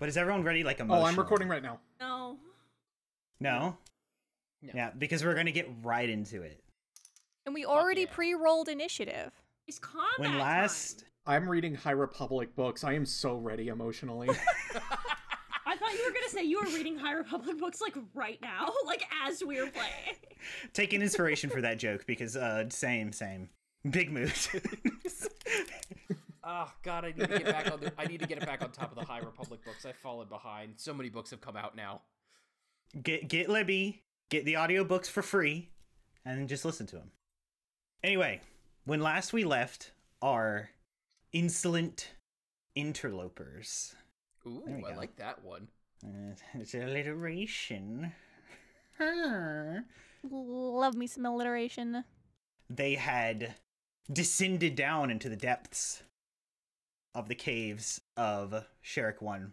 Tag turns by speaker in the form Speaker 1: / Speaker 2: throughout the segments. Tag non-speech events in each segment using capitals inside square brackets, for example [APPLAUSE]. Speaker 1: But is everyone ready? Like emotional?
Speaker 2: Oh, I'm recording right now.
Speaker 3: No.
Speaker 1: No.
Speaker 2: No.
Speaker 1: Yeah, because we're gonna get right into it.
Speaker 4: And we already
Speaker 5: yeah.
Speaker 4: pre-rolled initiative.
Speaker 3: It's combat.
Speaker 1: When last,
Speaker 2: I'm reading High Republic books. I am so ready emotionally.
Speaker 3: time. I thought you were gonna say you were reading High Republic books like right now, [LAUGHS] like as we were playing.
Speaker 1: [LAUGHS] taking inspiration for that joke because uh, same, same, big mood. [LAUGHS]
Speaker 5: Oh God, I need to get back on. The, I need to get it back on top of the High Republic books. I've fallen behind. So many books have come out now.
Speaker 1: get get Libby, get the audiobooks for free, and then just listen to them. Anyway, when last we left our insolent interlopers,
Speaker 5: Ooh,
Speaker 1: There we
Speaker 5: I
Speaker 1: go.
Speaker 5: like that one.
Speaker 1: uh, [LAUGHS] it's alliteration.
Speaker 4: Love me some alliteration.
Speaker 1: they had descended down into the depths of the caves of Sherrick One,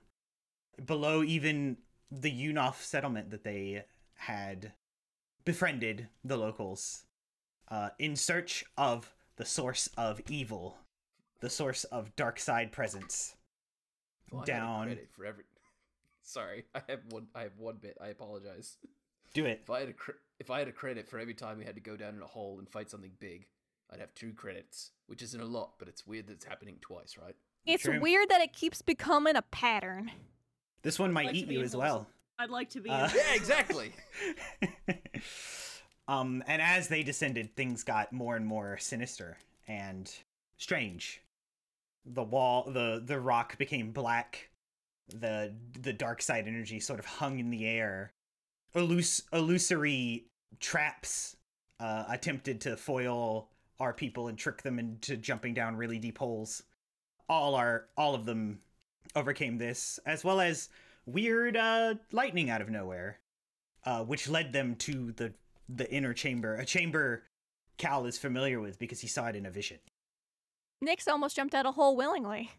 Speaker 1: below even the Unoff settlement that they had befriended the locals uh, in search of the source of evil, the source of dark side presence.
Speaker 5: Well, I gotta
Speaker 1: down,
Speaker 5: credit for every. [LAUGHS] Sorry, I have one. I have one bit. I apologize.
Speaker 1: do it.
Speaker 5: If I had a cr- if I had a credit for every time we had to go down in a hole and fight something big, I'd have two credits, which isn't a lot, but it's weird that it's happening twice,
Speaker 1: [LAUGHS]
Speaker 5: right?
Speaker 4: It's
Speaker 1: True.
Speaker 4: weird that it keeps becoming a pattern.
Speaker 1: This one might
Speaker 3: Like to
Speaker 1: eat
Speaker 3: be
Speaker 1: you
Speaker 3: in
Speaker 1: as
Speaker 3: holes.
Speaker 1: well.
Speaker 3: I'd like to be.
Speaker 1: Uh,
Speaker 3: in-
Speaker 5: Yeah, exactly.
Speaker 1: [LAUGHS] um, and as they descended, things got more and more sinister and strange. The wall, the the rock became black. The the dark side energy sort of hung in the air. Illus- illusory traps uh, attempted to foil our people and trick them into jumping down really deep holes. All our all of them overcame this, as well as weird uh, lightning out of nowhere uh, which led them to the the inner chamber, a chamber Cal is familiar with because he saw it in a vision.
Speaker 4: Nyx almost jumped out a hole willingly.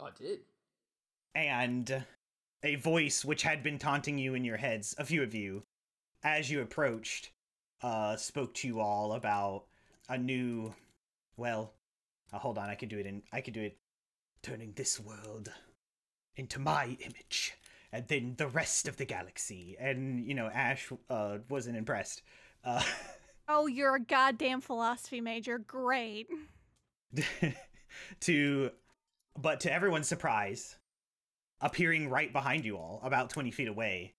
Speaker 5: I did.
Speaker 1: And a voice which had been taunting you in your heads, a few of you, as you approached, uh, spoke to you all about a new. Well, uh, hold on, I could do it in. I could do it, turning this world into my image, and then the rest of the galaxy. And you know, Ash uh, wasn't impressed. Uh, [LAUGHS]
Speaker 4: Oh, you're a goddamn philosophy major. Great.
Speaker 1: [LAUGHS] to but to everyone's surprise appearing right behind you all about 20 feet away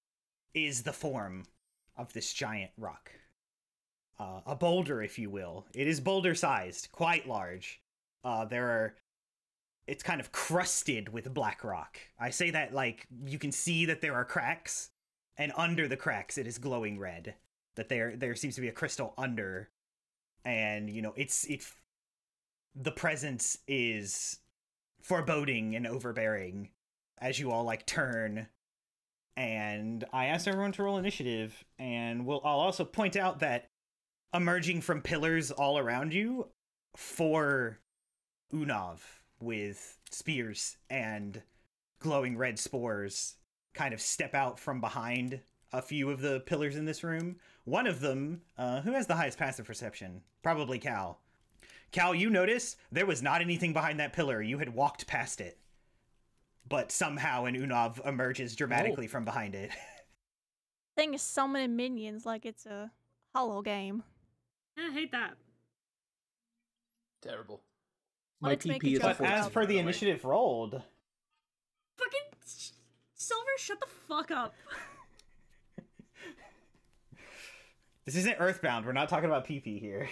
Speaker 1: is the form of this giant rock uh, a boulder if you will it is boulder sized quite large uh, there are it's kind of crusted with black rock i say that like you can see that there are cracks and under the cracks it is glowing red that there there seems to be a crystal under and you know it's it the presence is foreboding and overbearing as you all like turn and i asked everyone to roll initiative and we'll i'll also point out that emerging from pillars all around you four unov with spears and glowing red spores kind of step out from behind a few of the pillars in this room one of them uh, who has the highest passive perception probably cal Cal, you notice there was not anything behind that pillar. You had walked past it. But somehow an Unov emerges dramatically from behind it.
Speaker 4: Thing is summoning minions like it's a hollow game.
Speaker 3: I hate that.
Speaker 5: Terrible.
Speaker 2: My
Speaker 4: [LAUGHS] Let's make
Speaker 2: PP
Speaker 4: a
Speaker 2: is a
Speaker 4: joke
Speaker 1: But
Speaker 4: about
Speaker 1: as
Speaker 4: it.
Speaker 1: per the initiative rolled,
Speaker 3: Fucking sh- Silver, shut the fuck up.
Speaker 1: this isn't Earthbound. We're not talking about PP here.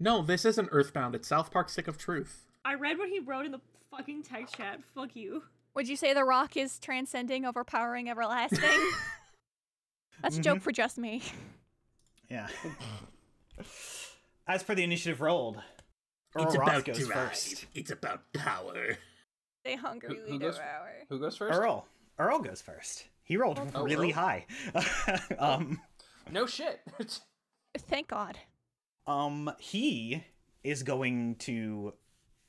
Speaker 2: no, this isn't Earthbound. It's South Park Stick of Truth.
Speaker 3: I read what he wrote in the fucking text chat. Fuck you.
Speaker 4: Would you say the rock is transcending, overpowering, everlasting?
Speaker 1: [LAUGHS]
Speaker 4: That's a
Speaker 1: Mm-hmm.
Speaker 4: joke for just me.
Speaker 1: Yeah. as per the initiative rolled, Earl Ross goes first.
Speaker 2: It's about power.
Speaker 4: They hungry
Speaker 5: Who-
Speaker 4: we
Speaker 5: who goes-
Speaker 4: devour.
Speaker 5: Who goes first?
Speaker 1: Earl. Earl goes first. He rolled
Speaker 5: Oh,
Speaker 1: really
Speaker 5: Earl.
Speaker 1: high. [LAUGHS] um,
Speaker 5: No shit. [LAUGHS]
Speaker 4: Thank God.
Speaker 1: Um, he is going to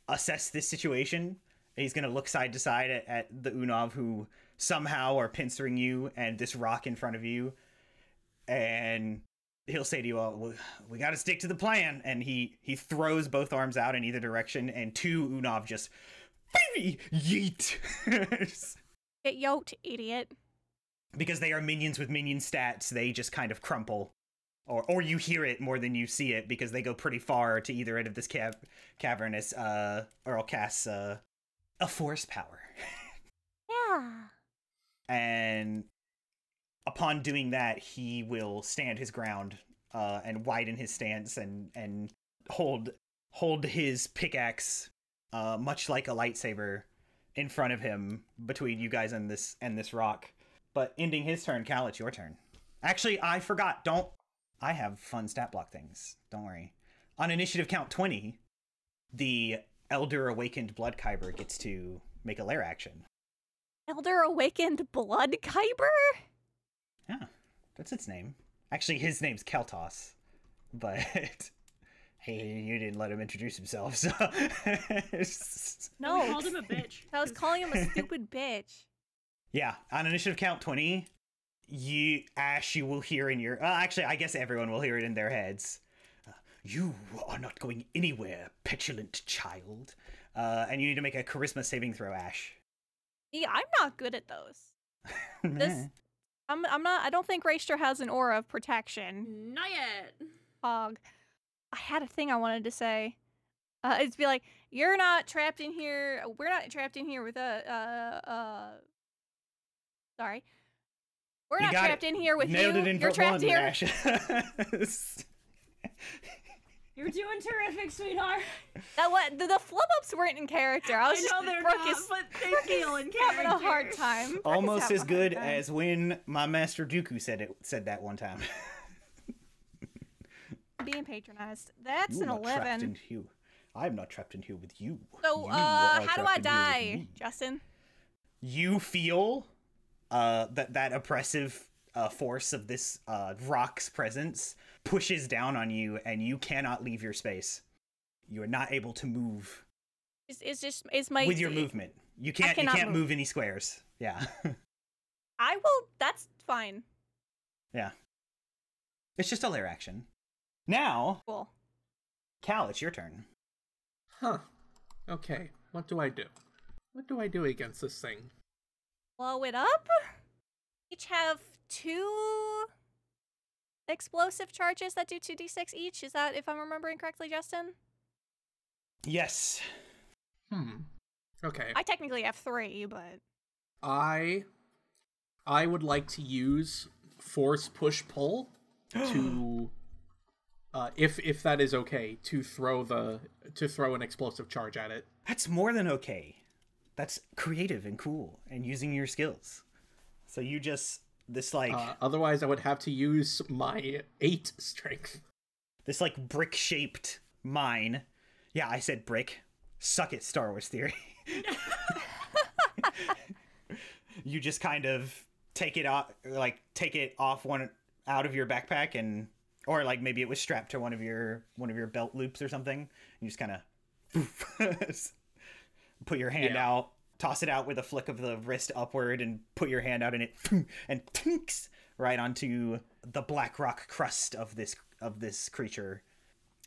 Speaker 1: assess this situation. He's going to look side to side at, at the Unov who somehow are pincering you and this rock in front of you. And he'll say to you all, "We- we got to stick to the plan. And he, he throws both arms out in either direction and two Unov just baby, [LAUGHS] yeet.
Speaker 4: Get yoked, idiot.
Speaker 1: because they are minions with minion stats, they just kind of crumple. Or, or you hear it more than you see it because they go pretty far to either end of this cav- cavernous uh, Earl casts uh, a force power.
Speaker 4: Yeah.
Speaker 1: And upon doing that, he will stand his ground uh, and widen his stance and, and hold hold his pickaxe uh, much like a lightsaber in front of him between you guys and this and this rock. But ending his turn, Cal, it's your turn. Actually, I forgot. Don't. I have fun stat block things. Don't worry. On initiative count 20, the Elder Awakened Blood Kyber gets to make a lair action.
Speaker 4: Elder Awakened Blood Kyber?
Speaker 1: Yeah, that's its name. Actually, his name's Keltos, but [LAUGHS] hey, you didn't let him introduce himself,
Speaker 4: [LAUGHS]
Speaker 1: so. [LAUGHS]
Speaker 3: No.
Speaker 4: No.
Speaker 3: We called him a [LAUGHS] bitch.
Speaker 4: I was calling him
Speaker 1: [LAUGHS]
Speaker 4: a stupid bitch.
Speaker 1: Yeah, on initiative count 20, you, Ash, you will hear in your. Uh, actually, I guess everyone will hear it in their heads. Uh, you are not going anywhere, petulant child. Uh, and you need to make a charisma saving throw, Ash.
Speaker 4: Yeah, I'm not good at those.
Speaker 1: [LAUGHS]
Speaker 4: This, I'm, I'm not. I don't think Raester has an aura of protection.
Speaker 3: Not yet.
Speaker 4: Hog. I had a thing I wanted to say. Uh, it's be like you're not trapped in here. We're not trapped in here with a. Uh, uh, sorry. We're
Speaker 1: You
Speaker 4: not
Speaker 1: got
Speaker 4: trapped
Speaker 1: it.
Speaker 4: in here with
Speaker 1: Nailed
Speaker 4: you.
Speaker 1: it in
Speaker 4: you're
Speaker 1: for
Speaker 4: trapped
Speaker 1: one,
Speaker 4: here.
Speaker 1: Ash. [LAUGHS]
Speaker 4: [LAUGHS]
Speaker 3: You're doing terrific, sweetheart.
Speaker 4: That what the, the flip ups weren't in character. I was
Speaker 3: I
Speaker 4: just
Speaker 3: know they're
Speaker 4: Brooke [LAUGHS]
Speaker 3: not,
Speaker 4: is
Speaker 3: but they
Speaker 4: Brooke
Speaker 3: feel
Speaker 4: is
Speaker 3: in
Speaker 4: having a hard
Speaker 3: character.
Speaker 4: time. Brooke is
Speaker 1: [LAUGHS] Almost
Speaker 4: having
Speaker 1: as
Speaker 4: a hard
Speaker 1: good
Speaker 4: time.
Speaker 1: as when my master Dooku said it said that one time. [LAUGHS]
Speaker 4: being patronized. That's
Speaker 1: you
Speaker 4: an
Speaker 1: are not trapped in
Speaker 4: eleven.
Speaker 1: you. I'm not trapped in here with you. You
Speaker 4: So, uh,
Speaker 1: are
Speaker 4: how do I
Speaker 1: trapped in here with
Speaker 4: die,
Speaker 1: me.
Speaker 4: Justin?
Speaker 1: you feel uh, that that oppressive uh, force of this uh, rock's presence pushes down on you, and you cannot leave your space. You are not able to move
Speaker 4: Is is just is my
Speaker 1: with your movement. You can't. You
Speaker 4: cannot
Speaker 1: can't
Speaker 4: move.
Speaker 1: move any squares. Yeah, [LAUGHS]
Speaker 4: I will. That's fine.
Speaker 1: yeah. It's just a layer action. Now,
Speaker 4: Cool.
Speaker 1: Cal, it's your turn.
Speaker 2: Huh. Okay. What do I do? What do I do against this thing?
Speaker 4: Blow it up. Each have two explosive charges that do two d6 each. Is that if I'm remembering correctly, Justin?
Speaker 1: Yes.
Speaker 2: Hmm. Okay.
Speaker 4: I technically have three, but
Speaker 2: I I would like to use force push pull to uh, if if that is okay to throw the to throw an explosive charge at it.
Speaker 1: That's more than okay. That's creative and cool and using your skills. So you just this like
Speaker 2: Uh, otherwise, I would have to use my eight strength.
Speaker 1: this like brick shaped mine. Yeah, I said brick. Suck it, Star Wars theory. [LAUGHS] you just kind of take it off, like take it off one out of your backpack and, or like maybe it was strapped to one of your one of your belt loops or something. And you just [LAUGHS] kind of put your hand
Speaker 2: Yeah.
Speaker 1: out, toss it out with a flick of the wrist upward, and put your hand out, and it and tinks right onto the black rock crust of this of this creature.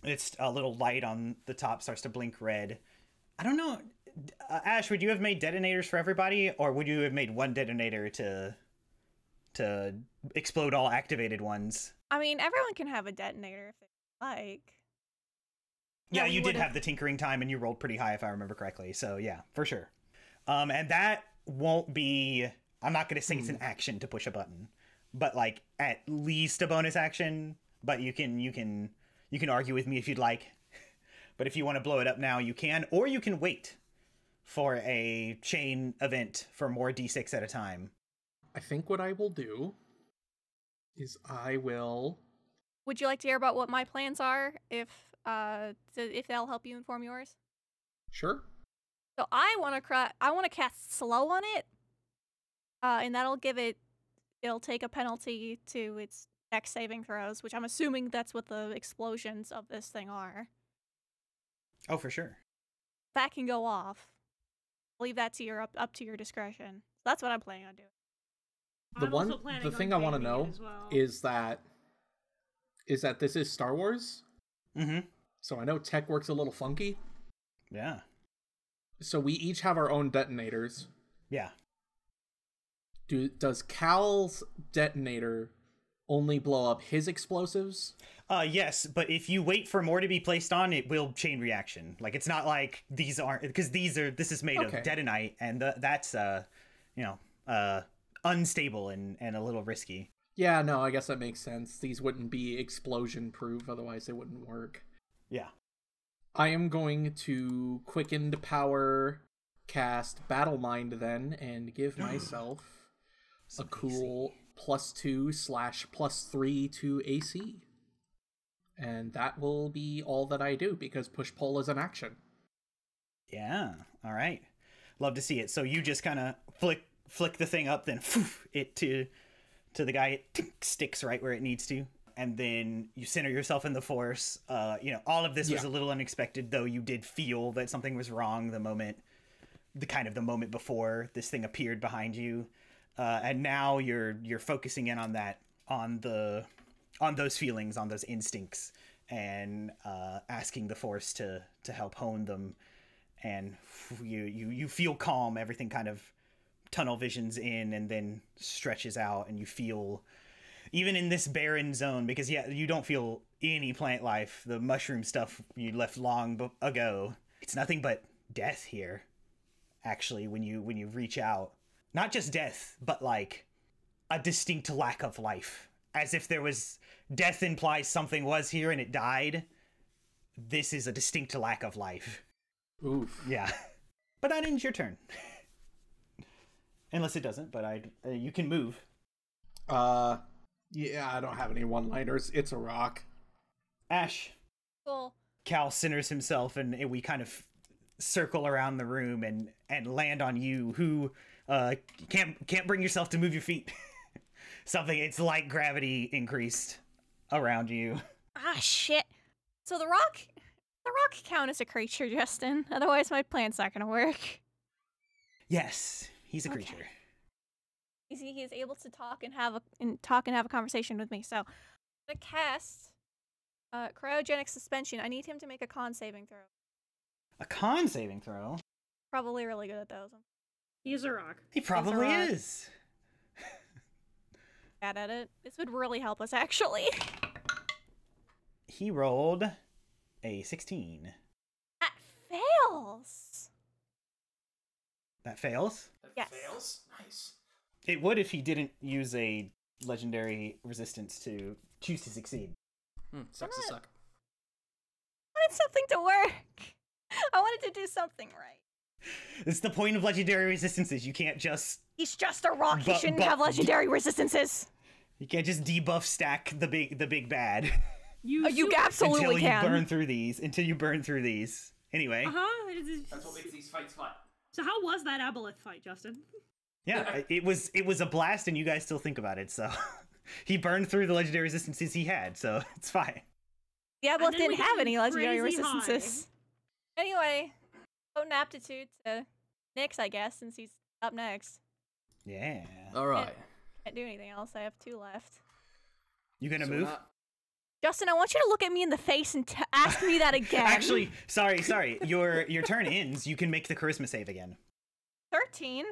Speaker 1: It's a little light on the top starts to blink red. I don't know, uh, Ash. Would you have made detonators for everybody, or would you have made one detonator to to explode all activated ones?
Speaker 4: I mean everyone can have a detonator if they like.
Speaker 1: yeah,
Speaker 4: we
Speaker 1: you did
Speaker 4: would've-
Speaker 1: have the tinkering time and you rolled pretty high if i remember correctly so yeah for sure um and that won't be i'm not going to say it's
Speaker 4: Hmm.
Speaker 1: an action to push a button but like at least a bonus action but you can you can you can argue with me if you'd like [LAUGHS] but if you want to blow it up now you can or you can wait for a chain event for more d6 at a time
Speaker 2: I think what I will do is I will.
Speaker 4: Would you like to hear about what my plans are? If uh, th- if that'll help you inform yours.
Speaker 2: Sure.
Speaker 4: So I want to cry. I want to cast slow on it, uh, and that'll give it. It'll take a penalty to its next saving throws, which I'm assuming that's what the explosions of this thing are.
Speaker 1: oh for sure
Speaker 4: That can go off. Leave that to your up, up to your discretion. So that's what I'm planning on doing.
Speaker 2: The
Speaker 3: I'm
Speaker 2: one,
Speaker 3: also planning
Speaker 2: the
Speaker 3: on
Speaker 2: thing I want to
Speaker 3: gaming it
Speaker 2: know
Speaker 3: as well.
Speaker 2: is that is that this is Star Wars,
Speaker 1: mm-hmm
Speaker 2: so I know tech works a little funky.
Speaker 1: yeah
Speaker 2: So we each have our own detonators.
Speaker 1: Yeah.
Speaker 2: Do does Cal's detonator only blow up his explosives?
Speaker 1: Uh, yes, but if you wait for more to be placed on, it will chain reaction. Like it's not like these aren't because these are. This is made
Speaker 2: Okay.
Speaker 1: of detonite, and the, that's uh, you know, uh, unstable and and a little risky.
Speaker 2: Yeah, no, I guess that makes sense. These wouldn't be explosion proof, otherwise they wouldn't work.
Speaker 1: Yeah.
Speaker 2: I am going to quickened power cast battle mind then and give myself a
Speaker 1: Some
Speaker 2: cool plus two slash plus three to AC. And that will be all that I do because push pull is an action.
Speaker 1: Yeah. All right. Love to see it. So you just kind of flick flick the thing up, then it to to the guy. It tink, sticks right where it needs to, and then you center yourself in the force. Uh, you know, all of this was a
Speaker 2: Yeah.
Speaker 1: little unexpected, though. You did feel that something was wrong the moment, the kind of the moment before this thing appeared behind you, uh, and now you're you're focusing in on that on the on those feelings, on those instincts, and uh, asking the force to to help hone them and you you you feel calm everything kind of tunnel visions in and then stretches out and you feel even in this barren zone because yeah you don't feel any plant life the mushroom stuff you left long b- ago it's nothing but death here actually when you when you reach out not just death but like a distinct lack of life as if there was death implies something was here and it died this is a distinct lack of life
Speaker 2: Oof.
Speaker 1: yeah. [LAUGHS] But that ends your turn. Unless it doesn't, but I uh, you can move.
Speaker 2: Uh yeah, I don't have any one liners. It's a rock.
Speaker 1: Ash,
Speaker 4: Cool.
Speaker 1: Cal centers himself and we kind of circle around the room and and land on you who uh can't can't bring yourself to move your feet. [LAUGHS] Something it's like gravity increased around you. [LAUGHS]
Speaker 4: Ah, shit. So the rock, the rock count as a creature, [LAUGHS] Justin. Otherwise, my plan's not gonna work.
Speaker 1: Yes, he's a
Speaker 4: Okay.
Speaker 1: creature.
Speaker 4: You see, he is able to talk and have a and talk and have a conversation with me. So, the cast, uh, cryogenic suspension. I need him to make a con saving throw.
Speaker 1: A con saving throw.
Speaker 4: Probably really good at those. I'm
Speaker 3: He's a rock.
Speaker 1: He probably
Speaker 4: rock.
Speaker 1: is.
Speaker 4: bad at it. This would really help us actually. [LAUGHS]
Speaker 1: He rolled a 16.
Speaker 4: That fails.
Speaker 1: That fails.
Speaker 5: That
Speaker 4: Yes.
Speaker 5: fails? Nice.
Speaker 1: It would if he didn't use a legendary resistance to choose to succeed.
Speaker 5: Hmm, sucks to
Speaker 4: Alright.
Speaker 5: suck.
Speaker 4: I wanted something to work. I wanted to do something right.
Speaker 1: It's the point of legendary resistances. You can't just
Speaker 4: He's just a rock. he
Speaker 1: But-
Speaker 4: shouldn't
Speaker 1: but-
Speaker 4: have legendary resistances.
Speaker 1: you can't just debuff stack the big the big bad
Speaker 3: You.
Speaker 4: Oh, you absolutely
Speaker 1: until you
Speaker 4: can. Uh-huh.
Speaker 1: burn through these. Until you burn through these. Anyway,
Speaker 3: Uh huh.
Speaker 5: these fights fun.
Speaker 3: So how was that aboleth fight, Justin?
Speaker 1: yeah, it was it was a blast, and you guys still think about it. So [LAUGHS] he burned through the legendary resistances he had, so [LAUGHS] it's fine.
Speaker 4: The Aboleth
Speaker 3: And then we
Speaker 4: didn't
Speaker 3: got
Speaker 4: have
Speaker 3: him
Speaker 4: any legendary
Speaker 3: crazy high.
Speaker 4: resistances. Anyway, own aptitude to Nyx, I guess, since he's up next.
Speaker 1: Yeah,
Speaker 5: All right.
Speaker 4: Can't do anything else. I have two left.
Speaker 1: you gonna
Speaker 5: So
Speaker 1: move?
Speaker 5: that-
Speaker 4: Justin, I want you to look at me in the face and t- ask me that again.
Speaker 1: Actually, sorry, sorry. Your your turn ends. You can make the charisma save again.
Speaker 4: 13.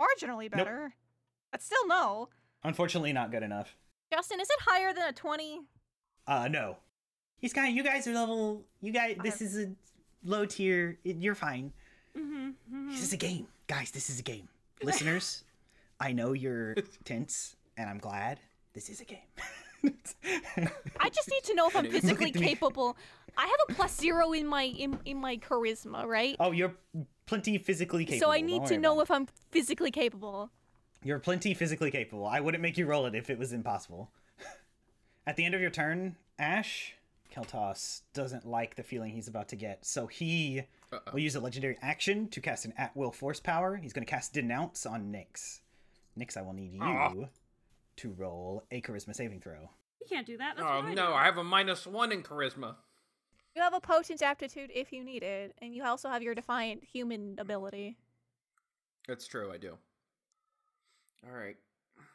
Speaker 4: Marginally better. But still, no.
Speaker 1: Unfortunately, not good enough.
Speaker 4: Justin, is it higher than a 20?
Speaker 1: Uh, no. He's kind of, you guys are level, you guys, this is a low tier, it- you're fine.
Speaker 3: Mm-hmm.
Speaker 1: This is a game. Guys, this is a
Speaker 4: [LAUGHS]
Speaker 1: game. Listeners, I know you're [LAUGHS] tense, and I'm glad this is a game. [LAUGHS]
Speaker 4: I just need to know if I'm
Speaker 5: Look at
Speaker 1: me.
Speaker 4: physically capable. I have a plus zero in my in, in my charisma, right?
Speaker 1: oh, you're plenty physically capable.
Speaker 4: so I need
Speaker 1: Don't
Speaker 4: to
Speaker 1: worry
Speaker 4: know
Speaker 1: about
Speaker 4: if I'm physically capable.
Speaker 1: it. You're plenty physically capable. I wouldn't make you roll it if it was impossible. [LAUGHS] At the end of your turn, Ash, Keltos doesn't like the feeling he's about to get, so he
Speaker 5: Uh-oh.
Speaker 1: will use a legendary action to cast an at will force power. He's going to cast Denounce on Nyx. Nyx, I will need you
Speaker 5: Ah.
Speaker 1: to roll a charisma saving throw.
Speaker 3: You can't do that. That's
Speaker 5: Oh
Speaker 3: what I
Speaker 5: no,
Speaker 3: do.
Speaker 5: I have a minus one in charisma.
Speaker 4: You have a potent aptitude if you need it, and you also have your defiant human ability.
Speaker 5: That's true, I do. All right.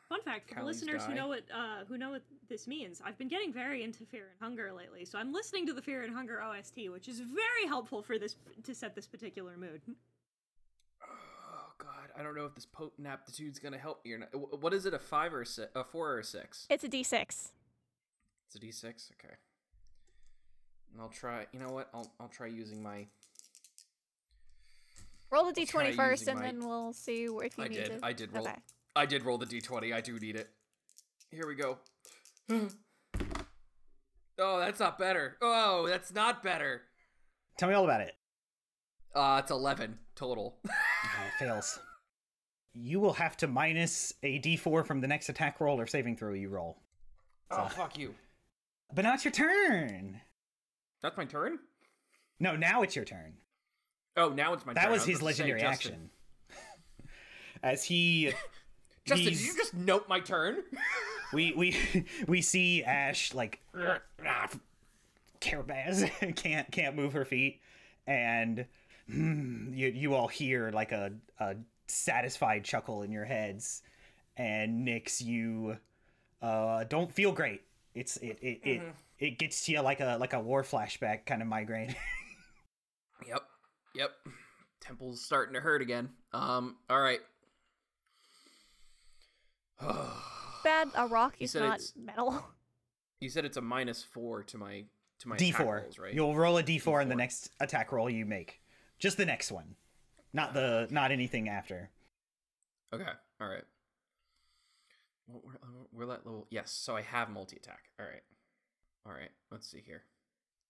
Speaker 3: Fun fact for the
Speaker 5: Calories
Speaker 3: listeners
Speaker 5: die.
Speaker 3: who know what uh, who know what this means, I've been getting very into Fear and Hunger lately, so I'm listening to the Fear and Hunger OST, which is very helpful for this to set this particular mood.
Speaker 5: Oh, I don't know if this potent aptitude's gonna help me or not. Wh- What is it? A five or a, si- a four or a six?
Speaker 4: It's a d6.
Speaker 5: It's a D six. Okay. And I'll try. You know what? I'll I'll try using my.
Speaker 4: Roll the
Speaker 5: try
Speaker 4: d20 first,
Speaker 5: using
Speaker 4: and
Speaker 5: my-
Speaker 4: then we'll see wh- if you
Speaker 5: I
Speaker 4: need
Speaker 5: did.
Speaker 4: to.
Speaker 5: I did roll.
Speaker 4: Okay.
Speaker 5: I did roll the D twenty. I do need it. Here we go. [GASPS] oh, that's not better. Oh, that's not better.
Speaker 1: Tell me all about it.
Speaker 5: Uh, it's eleven total.
Speaker 1: Oh, it fails. You will have to minus a d4 from the next attack roll or saving throw you roll.
Speaker 5: oh, fuck you.
Speaker 1: But now it's your turn.
Speaker 5: That's my turn.
Speaker 1: No, now it's your turn.
Speaker 5: Oh, now it's my turn.
Speaker 1: That
Speaker 5: I
Speaker 1: was his
Speaker 5: about to say,
Speaker 1: legendary
Speaker 5: Justin.
Speaker 1: action. As he
Speaker 5: [LAUGHS] Justin,
Speaker 1: These-
Speaker 5: did you just note my turn? [LAUGHS]
Speaker 1: we we [LAUGHS] we see Ash like [LAUGHS] ah, Carabaz [LAUGHS] can't can't move her feet, and hmm, you you all hear like a a satisfied chuckle in your heads, and Nix you uh don't feel great. It's it it it,
Speaker 5: Mm-hmm.
Speaker 1: it gets to you like a like a war flashback kind of migraine.
Speaker 5: Yep. Yep. Temple's starting to hurt again. Um, all right. [SIGHS]
Speaker 4: Bad. A rock
Speaker 5: You
Speaker 4: is
Speaker 5: said
Speaker 4: not
Speaker 5: it's- [LAUGHS]
Speaker 4: metal.
Speaker 5: You said it's a minus four to my to my
Speaker 1: D
Speaker 5: attack
Speaker 1: four.
Speaker 5: rolls, right?
Speaker 1: You'll roll a D four in the
Speaker 5: D4.
Speaker 1: next attack roll you make. Just the next one, not the not anything after.
Speaker 5: Okay. All right. Well, We're, uh, we're let level. Yes. So I have multi attack. All right. All right. Let's see here.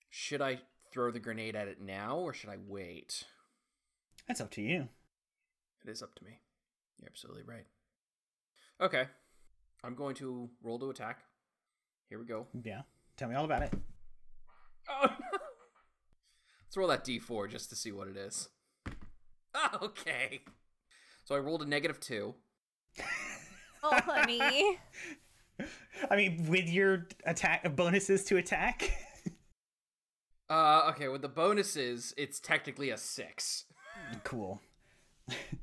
Speaker 5: Should I throw the grenade at it now or should I wait?
Speaker 1: That's up to you.
Speaker 5: It is up to me. You're absolutely right. Okay. I'm going to roll to attack. Here we go.
Speaker 1: Yeah. Tell me all about it.
Speaker 5: Oh no. Let's roll that d4 just to see what it is. [LAUGHS] Ah, okay. So I rolled a negative two.
Speaker 4: Oh, honey.
Speaker 1: I mean, with your attack bonuses to attack. [LAUGHS]
Speaker 5: Uh, okay, with the bonuses, it's technically a six. [LAUGHS]
Speaker 1: cool.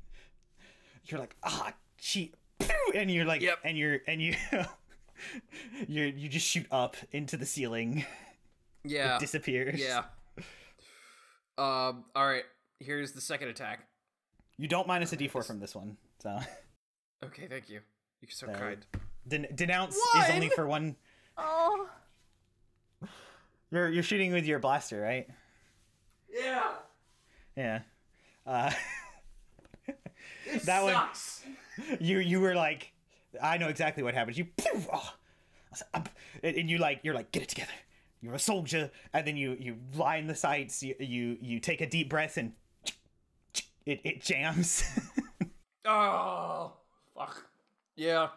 Speaker 1: [LAUGHS] you're like, ah, she, and you're like,
Speaker 5: Yep.
Speaker 1: and you're and you, [LAUGHS] you are you just shoot up into the ceiling,
Speaker 5: Yeah.
Speaker 1: disappears.
Speaker 5: Yeah. Um, alright, here's the second attack.
Speaker 1: You don't minus a D4 from this one, so [LAUGHS]
Speaker 5: Okay, thank you. You're so
Speaker 1: There.
Speaker 5: kind.
Speaker 1: Den- denounce is only
Speaker 5: One!
Speaker 1: for one.
Speaker 4: oh.
Speaker 1: You're you're shooting with your blaster, right?
Speaker 5: Yeah.
Speaker 1: Yeah. Uh, [LAUGHS] that one,
Speaker 5: Sucks.
Speaker 1: you you were like, I know exactly what happened. You, pew, oh, I was like, "Um," and and you like you're like get it together. You're a soldier, and then you you line the sights. You you, you take a deep breath and it it jams, [LAUGHS]
Speaker 5: Oh, fuck. Yeah.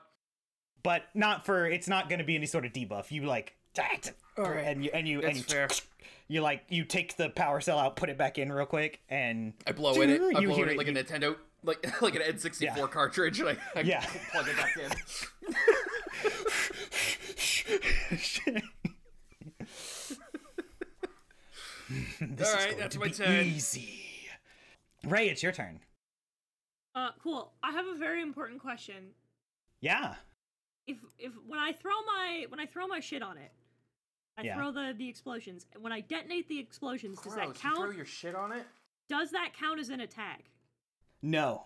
Speaker 1: but not for it's not going to be any sort of debuff. You like.
Speaker 5: Alright,
Speaker 1: And you and you and
Speaker 5: That's
Speaker 1: you,
Speaker 5: fair.
Speaker 1: you like you take the power cell out, put it back in real quick, and
Speaker 5: I blow in it. I
Speaker 1: You
Speaker 5: blow
Speaker 1: hear
Speaker 5: in it
Speaker 1: it,
Speaker 5: like
Speaker 1: you-
Speaker 5: [LAUGHS] a Nintendo, like [LAUGHS] like an N64 cartridge, and I, I
Speaker 1: Yeah.
Speaker 5: plug it back [LAUGHS] in.
Speaker 1: [LAUGHS] This is
Speaker 5: Alright,
Speaker 1: going
Speaker 5: that's
Speaker 1: to
Speaker 5: my
Speaker 1: be
Speaker 5: turn.
Speaker 1: Easy. Ray, it's your turn.
Speaker 3: Uh, cool. I have a very important question.
Speaker 1: Yeah.
Speaker 3: If if when I throw my when I throw my shit on it, I
Speaker 1: Yeah.
Speaker 3: throw the the explosions. When I detonate the explosions, does that
Speaker 5: Gross, you throw
Speaker 3: count?
Speaker 5: your shit on it?
Speaker 3: Does that count as an attack?
Speaker 1: No.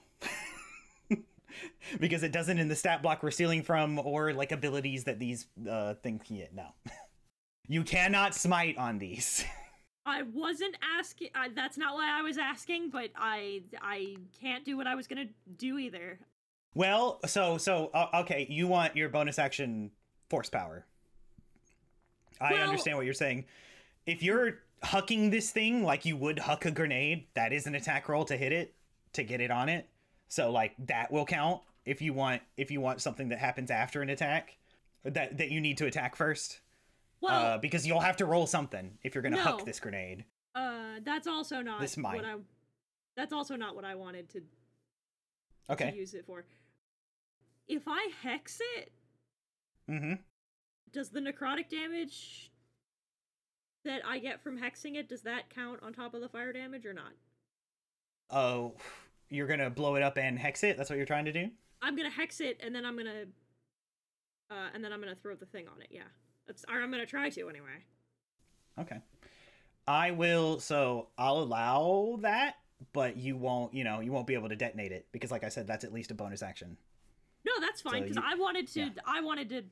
Speaker 1: [LAUGHS] because it doesn't in the stat block we're stealing from or like abilities that these uh, things can get. No. [LAUGHS] you cannot smite on these. [LAUGHS]
Speaker 3: I wasn't asking. I, that's not why I was asking, but I I can't do what I was gonna do either.
Speaker 1: well, so, so, uh, okay, you want your bonus action force power. I
Speaker 3: Well-
Speaker 1: understand what you're saying. If you're hucking this thing like you would huck a grenade, that is an attack roll to hit it, to get it on it. So like that will count if you want if you want something that happens after an attack that that you need to attack first. uh,
Speaker 3: Well,
Speaker 1: because you'll have to roll something if you're gonna huck
Speaker 3: No.
Speaker 1: this grenade.
Speaker 3: uh, that's also not
Speaker 1: this mine.
Speaker 3: what I. That's also not what I wanted to, to
Speaker 1: Okay.
Speaker 3: use it for. If I hex it,
Speaker 1: Mm-hmm.
Speaker 3: does the necrotic damage that I get from hexing it does that count on top of the fire damage or not?
Speaker 1: Oh, you're gonna blow it up and hex it. That's what you're trying to do.
Speaker 3: I'm gonna hex it and then I'm gonna, uh, and then I'm gonna throw the thing on it. Yeah, That's, or I'm gonna try to anyway.
Speaker 1: Okay. I will. So I'll allow that, but you won't, you know, you won't be able to detonate it because, like I said, that's at least a bonus action.
Speaker 3: No, that's fine
Speaker 1: So
Speaker 3: because
Speaker 1: you-
Speaker 3: I wanted to.
Speaker 1: yeah.
Speaker 3: I wanted to.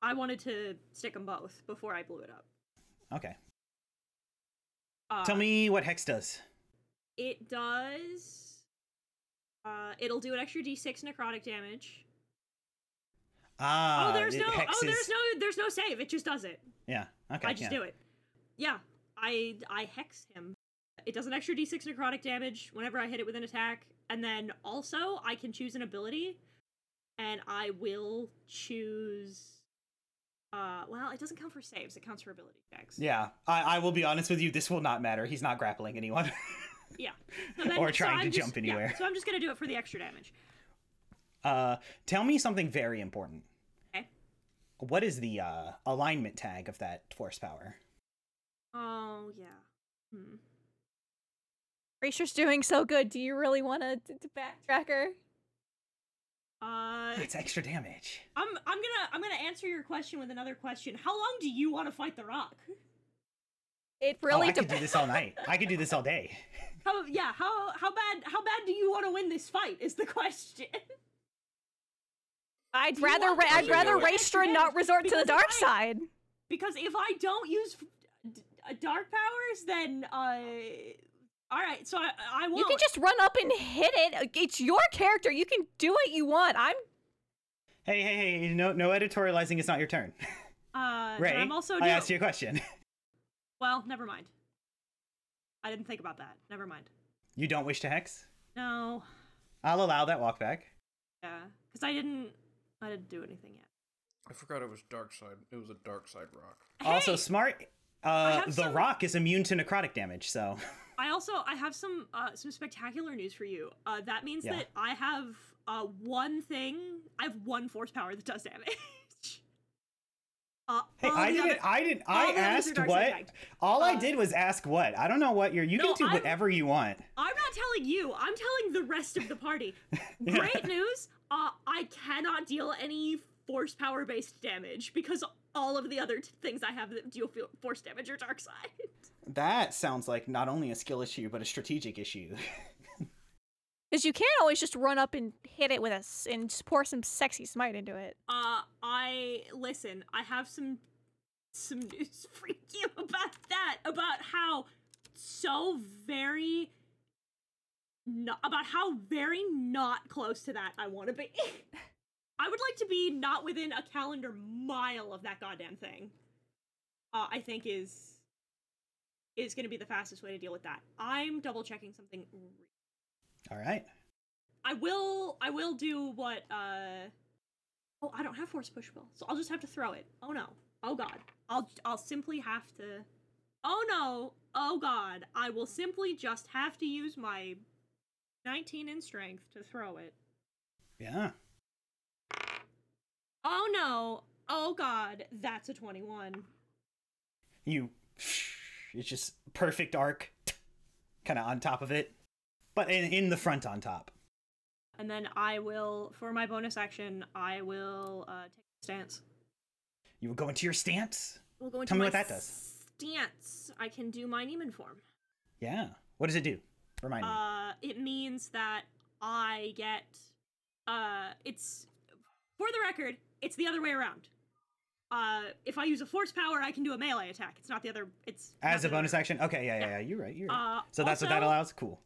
Speaker 3: I wanted to stick them both before I blew it up.
Speaker 1: Okay.
Speaker 3: Uh,
Speaker 1: Tell me what hex does.
Speaker 3: It does. Uh, it'll do an extra d6 necrotic damage.
Speaker 1: Ah,
Speaker 3: oh, there's
Speaker 1: it-
Speaker 3: no.
Speaker 1: hex
Speaker 3: Oh,
Speaker 1: is-
Speaker 3: there's no. There's no save. It just does it.
Speaker 1: Yeah. Okay.
Speaker 3: I just
Speaker 1: yeah.
Speaker 3: do it. Yeah, I I hex him. It does an extra d6 necrotic damage whenever I hit it with an attack, and then also I can choose an ability, and I will choose. Uh, well, it doesn't count for saves; it counts for ability checks.
Speaker 1: Yeah. I, I will be honest with you. This will not matter. He's not grappling anyone. [LAUGHS]
Speaker 3: So then-
Speaker 1: Or
Speaker 3: so
Speaker 1: trying
Speaker 3: I'm
Speaker 1: to
Speaker 3: just-
Speaker 1: jump
Speaker 3: yeah,
Speaker 1: anywhere.
Speaker 3: so I'm just gonna do it for the extra damage.
Speaker 1: uh, tell me something very important.
Speaker 3: Okay.
Speaker 1: What is the uh, alignment tag of that force power?
Speaker 3: Oh yeah. Hmm.
Speaker 4: Rachel's doing so good. Do you really want to d- d- backtrack her?
Speaker 3: Uh,
Speaker 1: It's extra damage.
Speaker 3: I'm I'm gonna I'm gonna answer your question with another question. How long do you want to fight the Rock?
Speaker 4: It
Speaker 1: Oh,
Speaker 4: really
Speaker 1: I could do
Speaker 4: depends.
Speaker 1: this all night. I could do this all
Speaker 3: [LAUGHS]
Speaker 1: day.
Speaker 3: How yeah how how bad how bad do you want to win this fight is the [LAUGHS] question.
Speaker 4: I'd
Speaker 3: you
Speaker 4: rather
Speaker 3: want
Speaker 4: ra-
Speaker 3: to
Speaker 4: I'd
Speaker 5: do
Speaker 4: rather
Speaker 5: it?
Speaker 4: Raistra not resort to the
Speaker 3: Because
Speaker 4: dark
Speaker 3: I-
Speaker 4: side.
Speaker 3: Because if I don't use f- d- uh, dark powers, then uh, all right. So I, I won't.
Speaker 4: You can just run up and hit it. It's your character. You can do what you want. I'm
Speaker 1: Hey, hey, hey! No, no editorializing. It's not your turn.
Speaker 3: Uh, but
Speaker 1: Ray,
Speaker 3: I'm also
Speaker 1: I
Speaker 3: new.
Speaker 1: asked you a question. [LAUGHS]
Speaker 3: Well, never mind. I didn't think about that. Never mind.
Speaker 1: You don't wish to hex?
Speaker 3: No.
Speaker 1: I'll allow that walk back.
Speaker 3: Yeah. Because I didn't. I didn't do anything yet.
Speaker 5: I forgot it was dark side. It was a dark side rock.
Speaker 1: Also,
Speaker 3: Hey!
Speaker 1: smart. Uh,
Speaker 3: have
Speaker 1: the
Speaker 3: some-
Speaker 1: rock is immune to necrotic damage, so
Speaker 3: I also I have some uh, some spectacular news for you. Uh, that means
Speaker 1: Yeah.
Speaker 3: that I have uh, one thing. I have one force power that does damage. Uh,
Speaker 1: hey,
Speaker 3: all
Speaker 1: [LAUGHS] I
Speaker 3: the
Speaker 1: didn't,
Speaker 3: other-
Speaker 1: I didn't,
Speaker 3: all
Speaker 1: I
Speaker 3: the others are
Speaker 1: asked
Speaker 3: dark
Speaker 1: what.
Speaker 3: side tagged.
Speaker 1: All I
Speaker 3: Uh,
Speaker 1: did was ask what. I don't know what you're. You
Speaker 3: No,
Speaker 1: can do
Speaker 3: I'm-
Speaker 1: whatever you want.
Speaker 3: I'm not telling you. I'm telling the rest of
Speaker 1: [LAUGHS]
Speaker 3: the party. Great news. Uh, I cannot deal any force power based damage because all of the other t- things I have that deal feel- force damage are dark side.
Speaker 1: That sounds like not only a skill issue but a strategic issue.
Speaker 4: because you can't always just run up and hit it with us and just pour some sexy smite into it.
Speaker 3: Uh, I listen. I have some some [LAUGHS] news for you about that. About how so very no, about how very not close to that I want to be. [LAUGHS] I would like to be not within a calendar mile of that goddamn thing. Uh, I think is is going to be the fastest way to deal with that. I'm double checking something
Speaker 1: [LAUGHS] All right.
Speaker 3: I will I will do what uh Oh, I don't have force push pull. So I'll just have to throw it. Oh no. Oh god. I'll I'll simply have to Oh no. Oh god. I will simply just have to use my 19 in strength to throw it.
Speaker 1: Yeah.
Speaker 3: Oh no. Oh god. That's a 21.
Speaker 1: You. [SNIFFS] It's just perfect arc, kind of on top of it, but in, in the front on top.
Speaker 3: And then I will for my bonus action, I will uh take a stance.
Speaker 1: You will go into your stance.
Speaker 3: We'll go into
Speaker 1: Tell me
Speaker 3: my
Speaker 1: what that does.
Speaker 3: Stance. I can do my Neiman form.
Speaker 1: Yeah. What does it do? Remind me.
Speaker 3: Uh, it means that I get. Uh, it's for the record. It's the other way around. Uh, if I use a force power, I can do a melee attack. It's not the other. It's not
Speaker 1: As
Speaker 3: the
Speaker 1: a
Speaker 3: other
Speaker 1: bonus
Speaker 3: way
Speaker 1: action? Okay, yeah, yeah, yeah. You're right. You're right.
Speaker 3: around. Uh,
Speaker 1: so that's what that
Speaker 3: also-
Speaker 1: allows? Cool.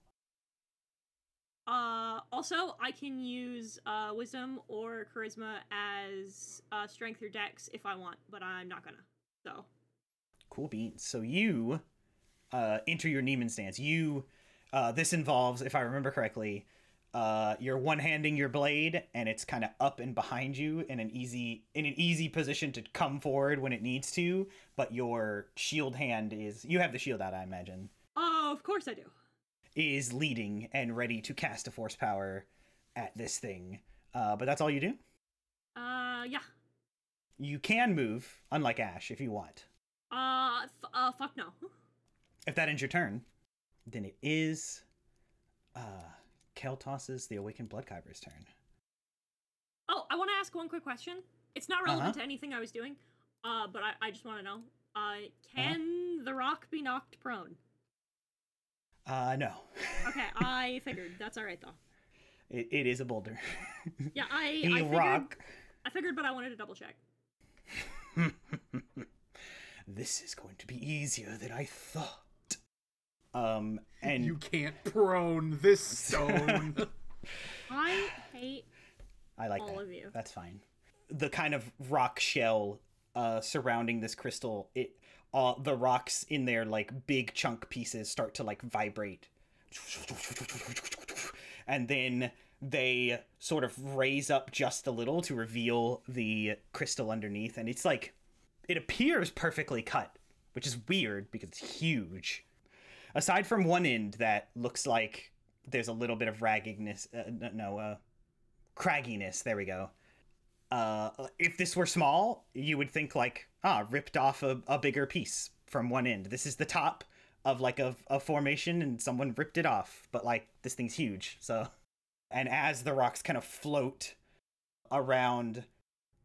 Speaker 3: Uh, also, I can use uh, wisdom or charisma as uh, strength or dex if I want, but I'm not gonna. So
Speaker 1: Cool beans. So you uh, enter your Neiman stance. You uh, this involves, if I remember correctly, uh, you're one-handing your blade, and it's kind of up and behind you in an easy in an easy position to come forward when it needs to. But your shield hand is you have the shield out, I imagine,
Speaker 3: oh, of course I do.
Speaker 1: is leading and ready to cast a force power at this thing. Uh, but that's all you do.
Speaker 3: Uh, yeah.
Speaker 1: You can move, unlike Ash, if you want.
Speaker 3: Uh, f- uh, fuck no.
Speaker 1: If that ends your turn, then it is uh Keltos's the Awakened Blood Kyber's turn.
Speaker 3: Oh, I want to ask one quick question. It's not relevant
Speaker 1: Uh-huh.
Speaker 3: to anything I was doing, uh, but
Speaker 1: Uh-huh.
Speaker 3: I, I just want to know. Uh, can the rock be knocked prone?
Speaker 1: Uh, no, [LAUGHS]
Speaker 3: Okay, I figured. That's all right though.
Speaker 1: it, it is a boulder.
Speaker 3: [LAUGHS] Yeah,
Speaker 1: [LAUGHS]
Speaker 3: I I
Speaker 1: The
Speaker 3: figured,
Speaker 1: rock.
Speaker 3: I figured, but I wanted to double check.
Speaker 1: This is going to be easier than I thought. Um, and
Speaker 2: You can't prone this stone.
Speaker 3: I hate.
Speaker 1: I like
Speaker 3: all
Speaker 1: that.
Speaker 3: of you.
Speaker 1: That's fine. The kind of rock shell uh, surrounding this crystal, it all the rocks in there, like big chunk pieces, start to like vibrate, and then they sort of raise up just a little to reveal the crystal underneath, and it's like it appears perfectly cut, which is weird because it's huge. Aside from one end that looks like there's a little bit of raggedness, uh, n- no, uh, cragginess. There we go. Uh, if this were small, you would think like ah, ripped off a, a bigger piece from one end. This is the top of like a, a formation, and someone ripped it off. But like this thing's huge, so and as the rocks kind of float around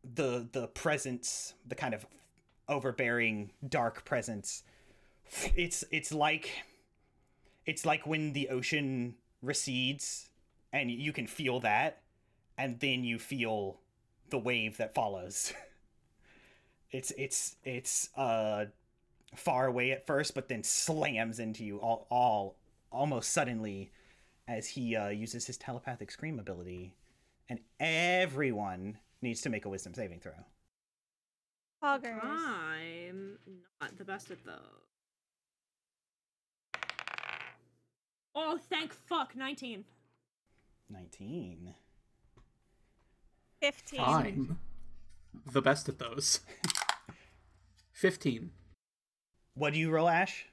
Speaker 1: the the presence, the kind of overbearing dark presence, it's it's like it's like when the ocean recedes and you can feel that and then you feel the wave that follows. [LAUGHS] it's it's it's uh far away at first, but then slams into you all, all almost suddenly as he uh, uses his telepathic scream ability, and everyone needs to make a wisdom saving throw.
Speaker 4: Poggers.
Speaker 3: I'm not the best at those. Oh, thank fuck, 19.
Speaker 1: Nineteen.
Speaker 4: 15.
Speaker 2: I'm the best at those. [LAUGHS] 15.
Speaker 1: What do you roll, Ash?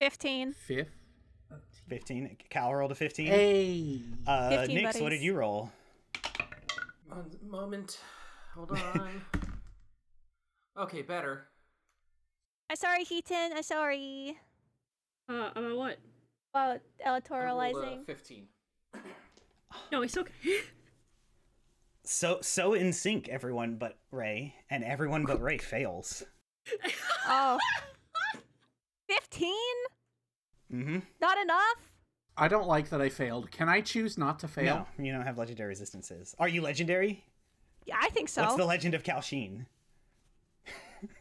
Speaker 4: 15.
Speaker 2: Fifth.
Speaker 1: Fifteen. Cal rolled a fifteen.
Speaker 2: Hey.
Speaker 1: Uh,
Speaker 4: 15,
Speaker 1: Nix, what
Speaker 4: buddies.
Speaker 1: did you roll?
Speaker 5: One moment. Hold [LAUGHS] on. okay, better.
Speaker 4: I'm sorry, Heaton. I'm sorry.
Speaker 3: Uh, about what?
Speaker 4: About
Speaker 5: I rolled, uh,
Speaker 4: electoralizing.
Speaker 5: 15.
Speaker 3: No, it's okay. [LAUGHS]
Speaker 1: So so in sync, everyone but Ray, and everyone but Ray fails.
Speaker 4: [LAUGHS] Oh. 15?
Speaker 1: Mm-hmm.
Speaker 4: Not enough?
Speaker 2: I don't like that I failed. Can I choose not to fail?
Speaker 1: No, you don't have legendary resistances. Are you legendary?
Speaker 4: Yeah, I think so.
Speaker 1: What's the legend of Kalsheen?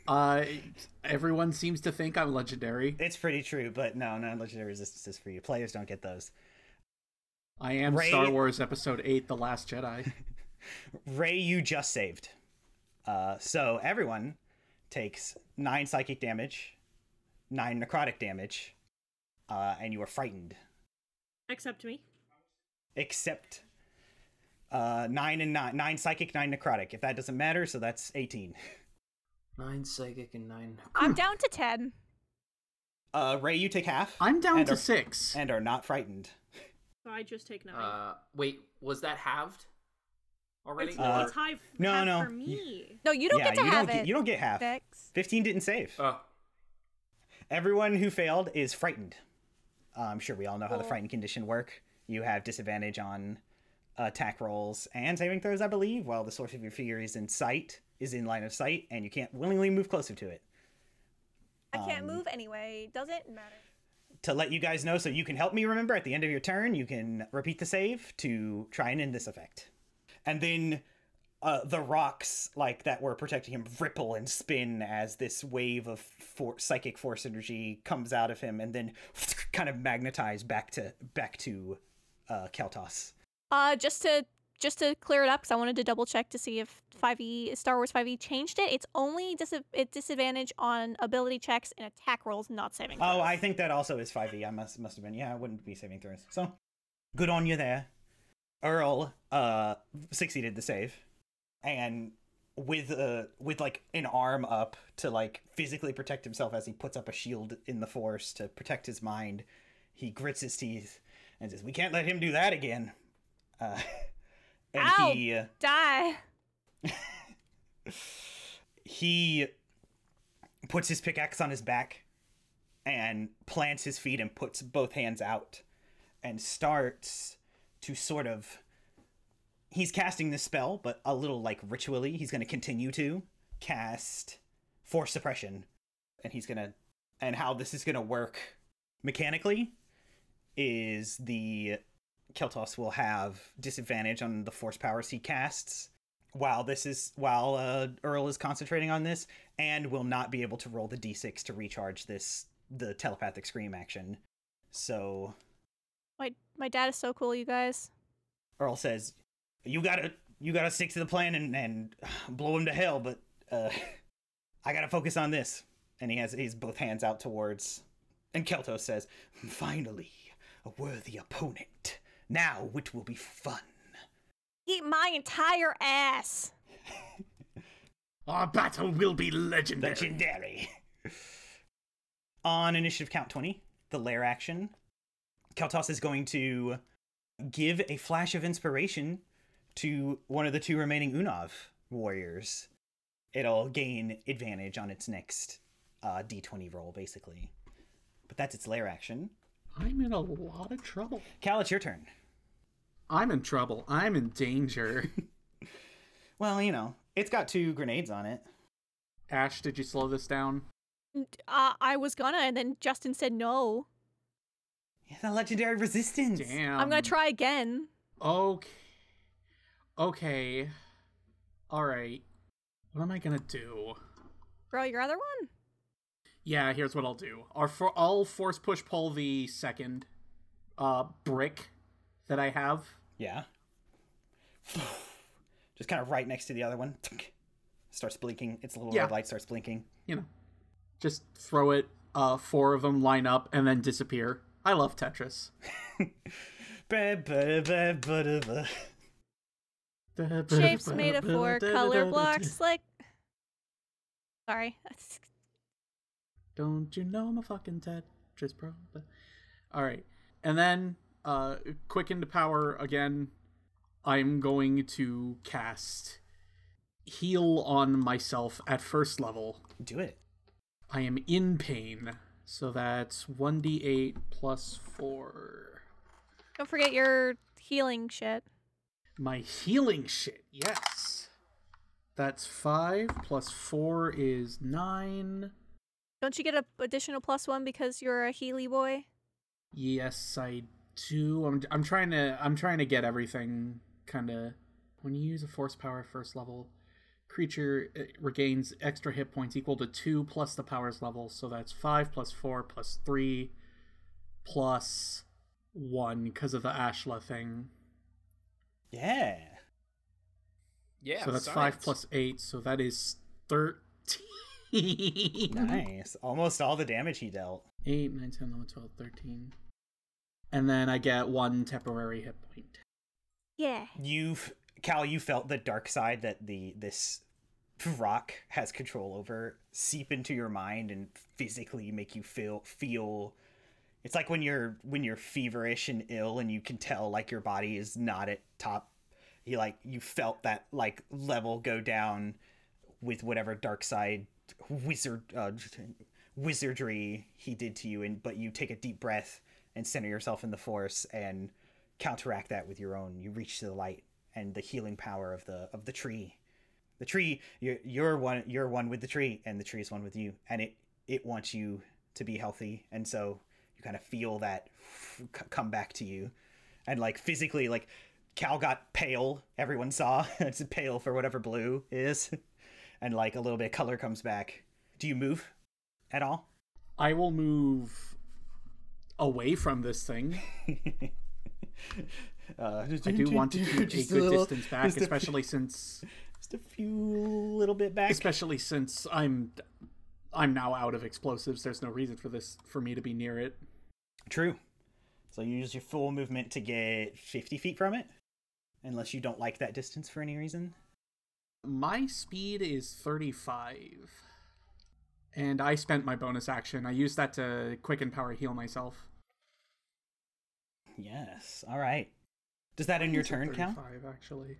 Speaker 2: Uh, everyone seems to think I'm legendary.
Speaker 1: It's pretty true, but no, no legendary resistances for you. Players don't get those.
Speaker 2: I am
Speaker 1: Ray-
Speaker 2: Star Wars Episode 8 The Last
Speaker 1: [LAUGHS]
Speaker 2: Jedi.
Speaker 1: Ray, you just saved. Uh, so everyone takes nine psychic damage, nine necrotic damage, uh, and you are frightened.
Speaker 3: Except me.
Speaker 1: Except uh, nine and nine, nine psychic, nine necrotic. If that doesn't matter, so that's eighteen.
Speaker 5: Nine psychic and nine.
Speaker 1: [LAUGHS]
Speaker 4: I'm down to 10.
Speaker 1: Uh, Ray, you take half.
Speaker 2: I'm down
Speaker 1: and
Speaker 2: to
Speaker 1: are,
Speaker 2: 6.
Speaker 1: and are not frightened.
Speaker 3: So I just take 9.
Speaker 5: Uh, wait, was that halved already?
Speaker 3: it's,
Speaker 1: Uh,
Speaker 3: it's high f-
Speaker 1: no,
Speaker 3: half
Speaker 1: no,
Speaker 3: for
Speaker 1: you-
Speaker 3: me.
Speaker 4: No, you don't
Speaker 1: yeah,
Speaker 4: get to
Speaker 1: you
Speaker 4: have
Speaker 1: don't Get,
Speaker 4: it.
Speaker 1: you don't get half.
Speaker 4: Dex.
Speaker 1: Fifteen didn't save.
Speaker 5: oh,
Speaker 1: Everyone who failed is frightened. Uh, I'm sure we all know how the
Speaker 4: Cool.
Speaker 1: frightened condition work. You have disadvantage on attack rolls and saving throws, I believe, while the source of your fear is in sight, is in line of sight, and you can't willingly move closer to it.
Speaker 4: I can't
Speaker 1: um,
Speaker 4: move anyway. Doesn't matter.
Speaker 1: To let you guys know, so you can help me remember at the end of your turn, you can repeat the save to try and end this effect. And then uh, the rocks like that were protecting him ripple and spin as this wave of for- psychic force energy comes out of him and then kind of magnetize back to back to uh, Keltos.
Speaker 4: Uh, just to just to clear it up, because I wanted to double check to see if 5e Star Wars 5e changed it. It's only dis- it's disadvantage on ability checks and attack rolls, not saving.
Speaker 1: Oh,
Speaker 4: throws.
Speaker 1: I think that also is 5e. I must must have been. Yeah, I wouldn't be saving throws. So, good on you there. Earl uh succeeded the save and with uh with like an arm up to like physically protect himself as he puts up a shield in the force to protect his mind, he grits his teeth and says, "We can't let him do that again." Uh [LAUGHS] and
Speaker 4: Ow.
Speaker 1: he uh,
Speaker 4: die.
Speaker 1: he puts his pickaxe on his back and plants his feet and puts both hands out and starts to sort of he's casting this spell but a little like ritually he's going to continue to cast force suppression and he's going to and how this is going to work mechanically is the Keltos will have disadvantage on the force powers he casts while this is while uh, Earl is concentrating on this, and will not be able to roll the d6 to recharge this the telepathic scream action. So
Speaker 4: My my dad is so cool, you guys.
Speaker 1: Earl says, "You gotta, you gotta stick to the plan and and blow him to hell." But uh, I gotta focus on this. And he has his both hands out towards. And Kelto says, "Finally, a worthy opponent. Now it will be fun."
Speaker 4: Eat my entire ass.
Speaker 2: Our battle will be legendary.
Speaker 1: Legendary. On initiative count 20, the lair action, Kaltos is going to give a flash of inspiration to one of the two remaining Unov warriors. It'll gain advantage on its next uh, d20 roll, basically. But that's its lair action.
Speaker 2: I'm in a lot of trouble.
Speaker 1: Cal, it's your turn.
Speaker 2: I'm in trouble. I'm
Speaker 1: [LAUGHS]
Speaker 2: in danger.
Speaker 1: Well, you know, it's got two grenades on it.
Speaker 2: Ash, did you slow this down?
Speaker 4: N- Uh, I was gonna, and then Justin said no.
Speaker 1: It's a legendary resistance.
Speaker 2: Damn.
Speaker 4: I'm gonna try again.
Speaker 2: Okay. Okay. All right. What am I gonna do?
Speaker 4: Throw your other one.
Speaker 2: Yeah, here's what I'll do. I'll, for- I'll force push pull the second uh brick that I have.
Speaker 1: Yeah. [SIGHS] Just kind of right next to the other one. Starts blinking. Its little
Speaker 2: Yeah.
Speaker 1: red light starts blinking.
Speaker 2: You know, just throw it. Uh, four of them line up and then disappear. I love Tetris.
Speaker 1: Ba, ba, ba, ba, ba.
Speaker 4: Shapes made of
Speaker 2: [LAUGHS]
Speaker 4: four color blocks. Like, sorry.
Speaker 2: Don't you know I'm a fucking Tetris pro? All right, and then uh, quick into power again. I'm going to cast heal on myself at first level.
Speaker 1: Do it.
Speaker 2: I am in pain, so that's one d8 plus four.
Speaker 4: Don't forget your healing shit.
Speaker 2: My healing shit, yes. That's five plus four is nine.
Speaker 4: Don't you get a additional plus one because you're a Healy boy?
Speaker 2: Yes, E I do. I'm I'm trying to I'm trying to get everything kind of when you use a force power at first level creature it regains extra hit points equal to 2 plus the power's level, so that's 5 plus 4 plus 3 plus 1 because of the Ashla thing.
Speaker 1: Yeah.
Speaker 5: Yeah.
Speaker 2: so that's 5
Speaker 5: science.
Speaker 2: plus 8, so that is 13.
Speaker 1: Nice. Almost all the damage he dealt.
Speaker 2: 8, 9, 10, 11, 12, 13. And then I get 1 temporary hit point.
Speaker 4: Yeah.
Speaker 1: You've Cal, you felt the dark side that the this rock has control over seep into your mind and physically make you feel feel it's like when you're when you're feverish and ill and you can tell like your body is not at top you like you felt that like level go down with whatever dark side wizard uh, wizardry he did to you and but you take a deep breath and center yourself in the force and counteract that with your own you reach to the light and the healing power of the of the tree the tree you're, you're one you're one with the tree and the tree is one with you and it it wants you to be healthy and so you kind of feel that c- come back to you and like physically like cal got pale everyone saw [LAUGHS] it's pale for whatever blue is and like a little bit of color comes back do you move at
Speaker 2: [LAUGHS]
Speaker 1: all
Speaker 2: I will move away from this thing.
Speaker 1: uh,
Speaker 2: I do want to keep a
Speaker 1: Just
Speaker 2: good
Speaker 1: little-
Speaker 2: distance back,
Speaker 1: just a-
Speaker 2: especially since
Speaker 1: just a few little bit back
Speaker 2: especially since I'm I'm now out of explosives. There's no reason for this for me to be near it.
Speaker 1: True. So you use your full movement to get 50 feet from it, unless you don't like that distance for any reason.
Speaker 2: My speed is 35. And I spent my bonus action. I used that to quicken power heal myself.
Speaker 1: Yes. All right. Does that end your
Speaker 2: Is it
Speaker 1: turn, Cal?
Speaker 2: 35, actually.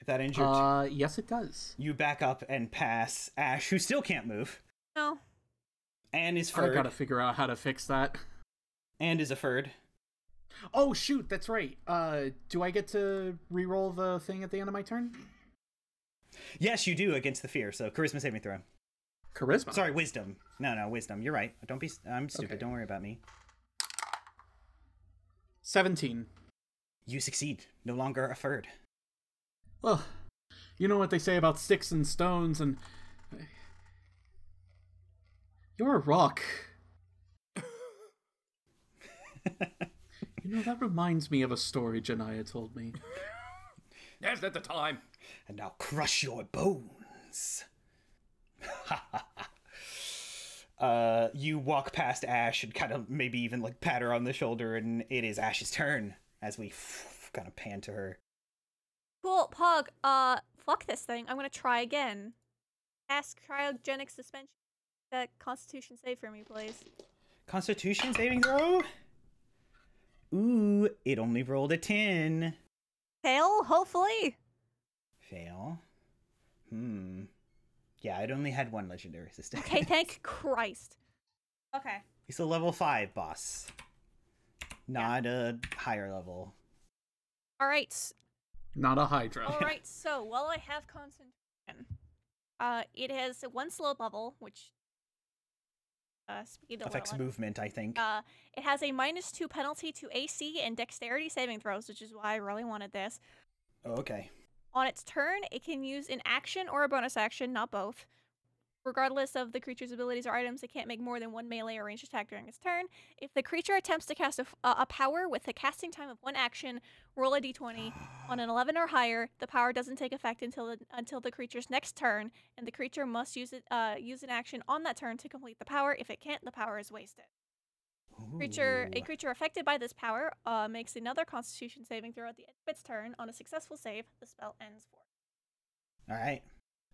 Speaker 1: If that ends your turn,
Speaker 2: Uh, yes, it does.
Speaker 1: you back up and pass Ash, who still can't move,
Speaker 4: No.
Speaker 1: and is
Speaker 2: I
Speaker 1: furred,
Speaker 2: gotta figure out how to fix that.
Speaker 1: and is a furred.
Speaker 2: Oh shoot, that's right. Uh, do I get to re-roll the thing at the end of my turn?
Speaker 1: Yes, you do against the fear. So charisma saving throw.
Speaker 2: Charisma.
Speaker 1: Sorry, wisdom. No, no, wisdom. You're right. Don't be. I'm stupid.
Speaker 2: Okay.
Speaker 1: Don't worry about me.
Speaker 2: Seventeen.
Speaker 1: You succeed. No longer a third.
Speaker 2: Well, you know what they say about sticks and stones, and you're a rock. you know that reminds me of a story Janaya told me.
Speaker 5: Now's not the time.
Speaker 1: [LAUGHS] And I'll crush your bones. [LAUGHS] uh, you walk past Ash and kind of maybe even like pat her on the shoulder, and it is Ash's turn as we [LAUGHS] f- kind of pan to her.
Speaker 4: Cool, Pug. Uh, fuck this thing. I'm gonna try again. Ask cryogenic suspension. That Constitution save for me, please.
Speaker 1: Constitution saving throw? Ooh, it only rolled a 10.
Speaker 4: Fail, hopefully.
Speaker 1: Fail. Hmm. Yeah, it only had one legendary resistance. [LAUGHS]
Speaker 4: Okay, thank Christ. Okay.
Speaker 1: He's a level 5 boss. Not a higher level.
Speaker 4: All right.
Speaker 2: Not a Hydra.
Speaker 4: All right. So while I have concentration, uh, it has one slow level, which uh, speed of
Speaker 1: Affects
Speaker 4: what I want.
Speaker 1: movement, I think.
Speaker 4: Uh, it has a minus two penalty to AC and dexterity saving throws, which is why I really wanted this.
Speaker 1: Oh, okay.
Speaker 4: On its turn, it can use an action or a bonus action, not both. Regardless of the creature's abilities or items, it can't make more than one melee or ranged attack during its turn. If the creature attempts to cast a, f- uh, a power with a casting time of one action, roll a d20. On an 11 or higher, the power doesn't take effect until the, until the creature's next turn, and the creature must use it uh, use an action on that turn to complete the power. If it can't, the power is wasted. Creature a
Speaker 1: Ooh.
Speaker 4: creature affected by this power uh, makes another Constitution saving throw at the end of its turn. On a successful save, the spell ends for.
Speaker 1: All right.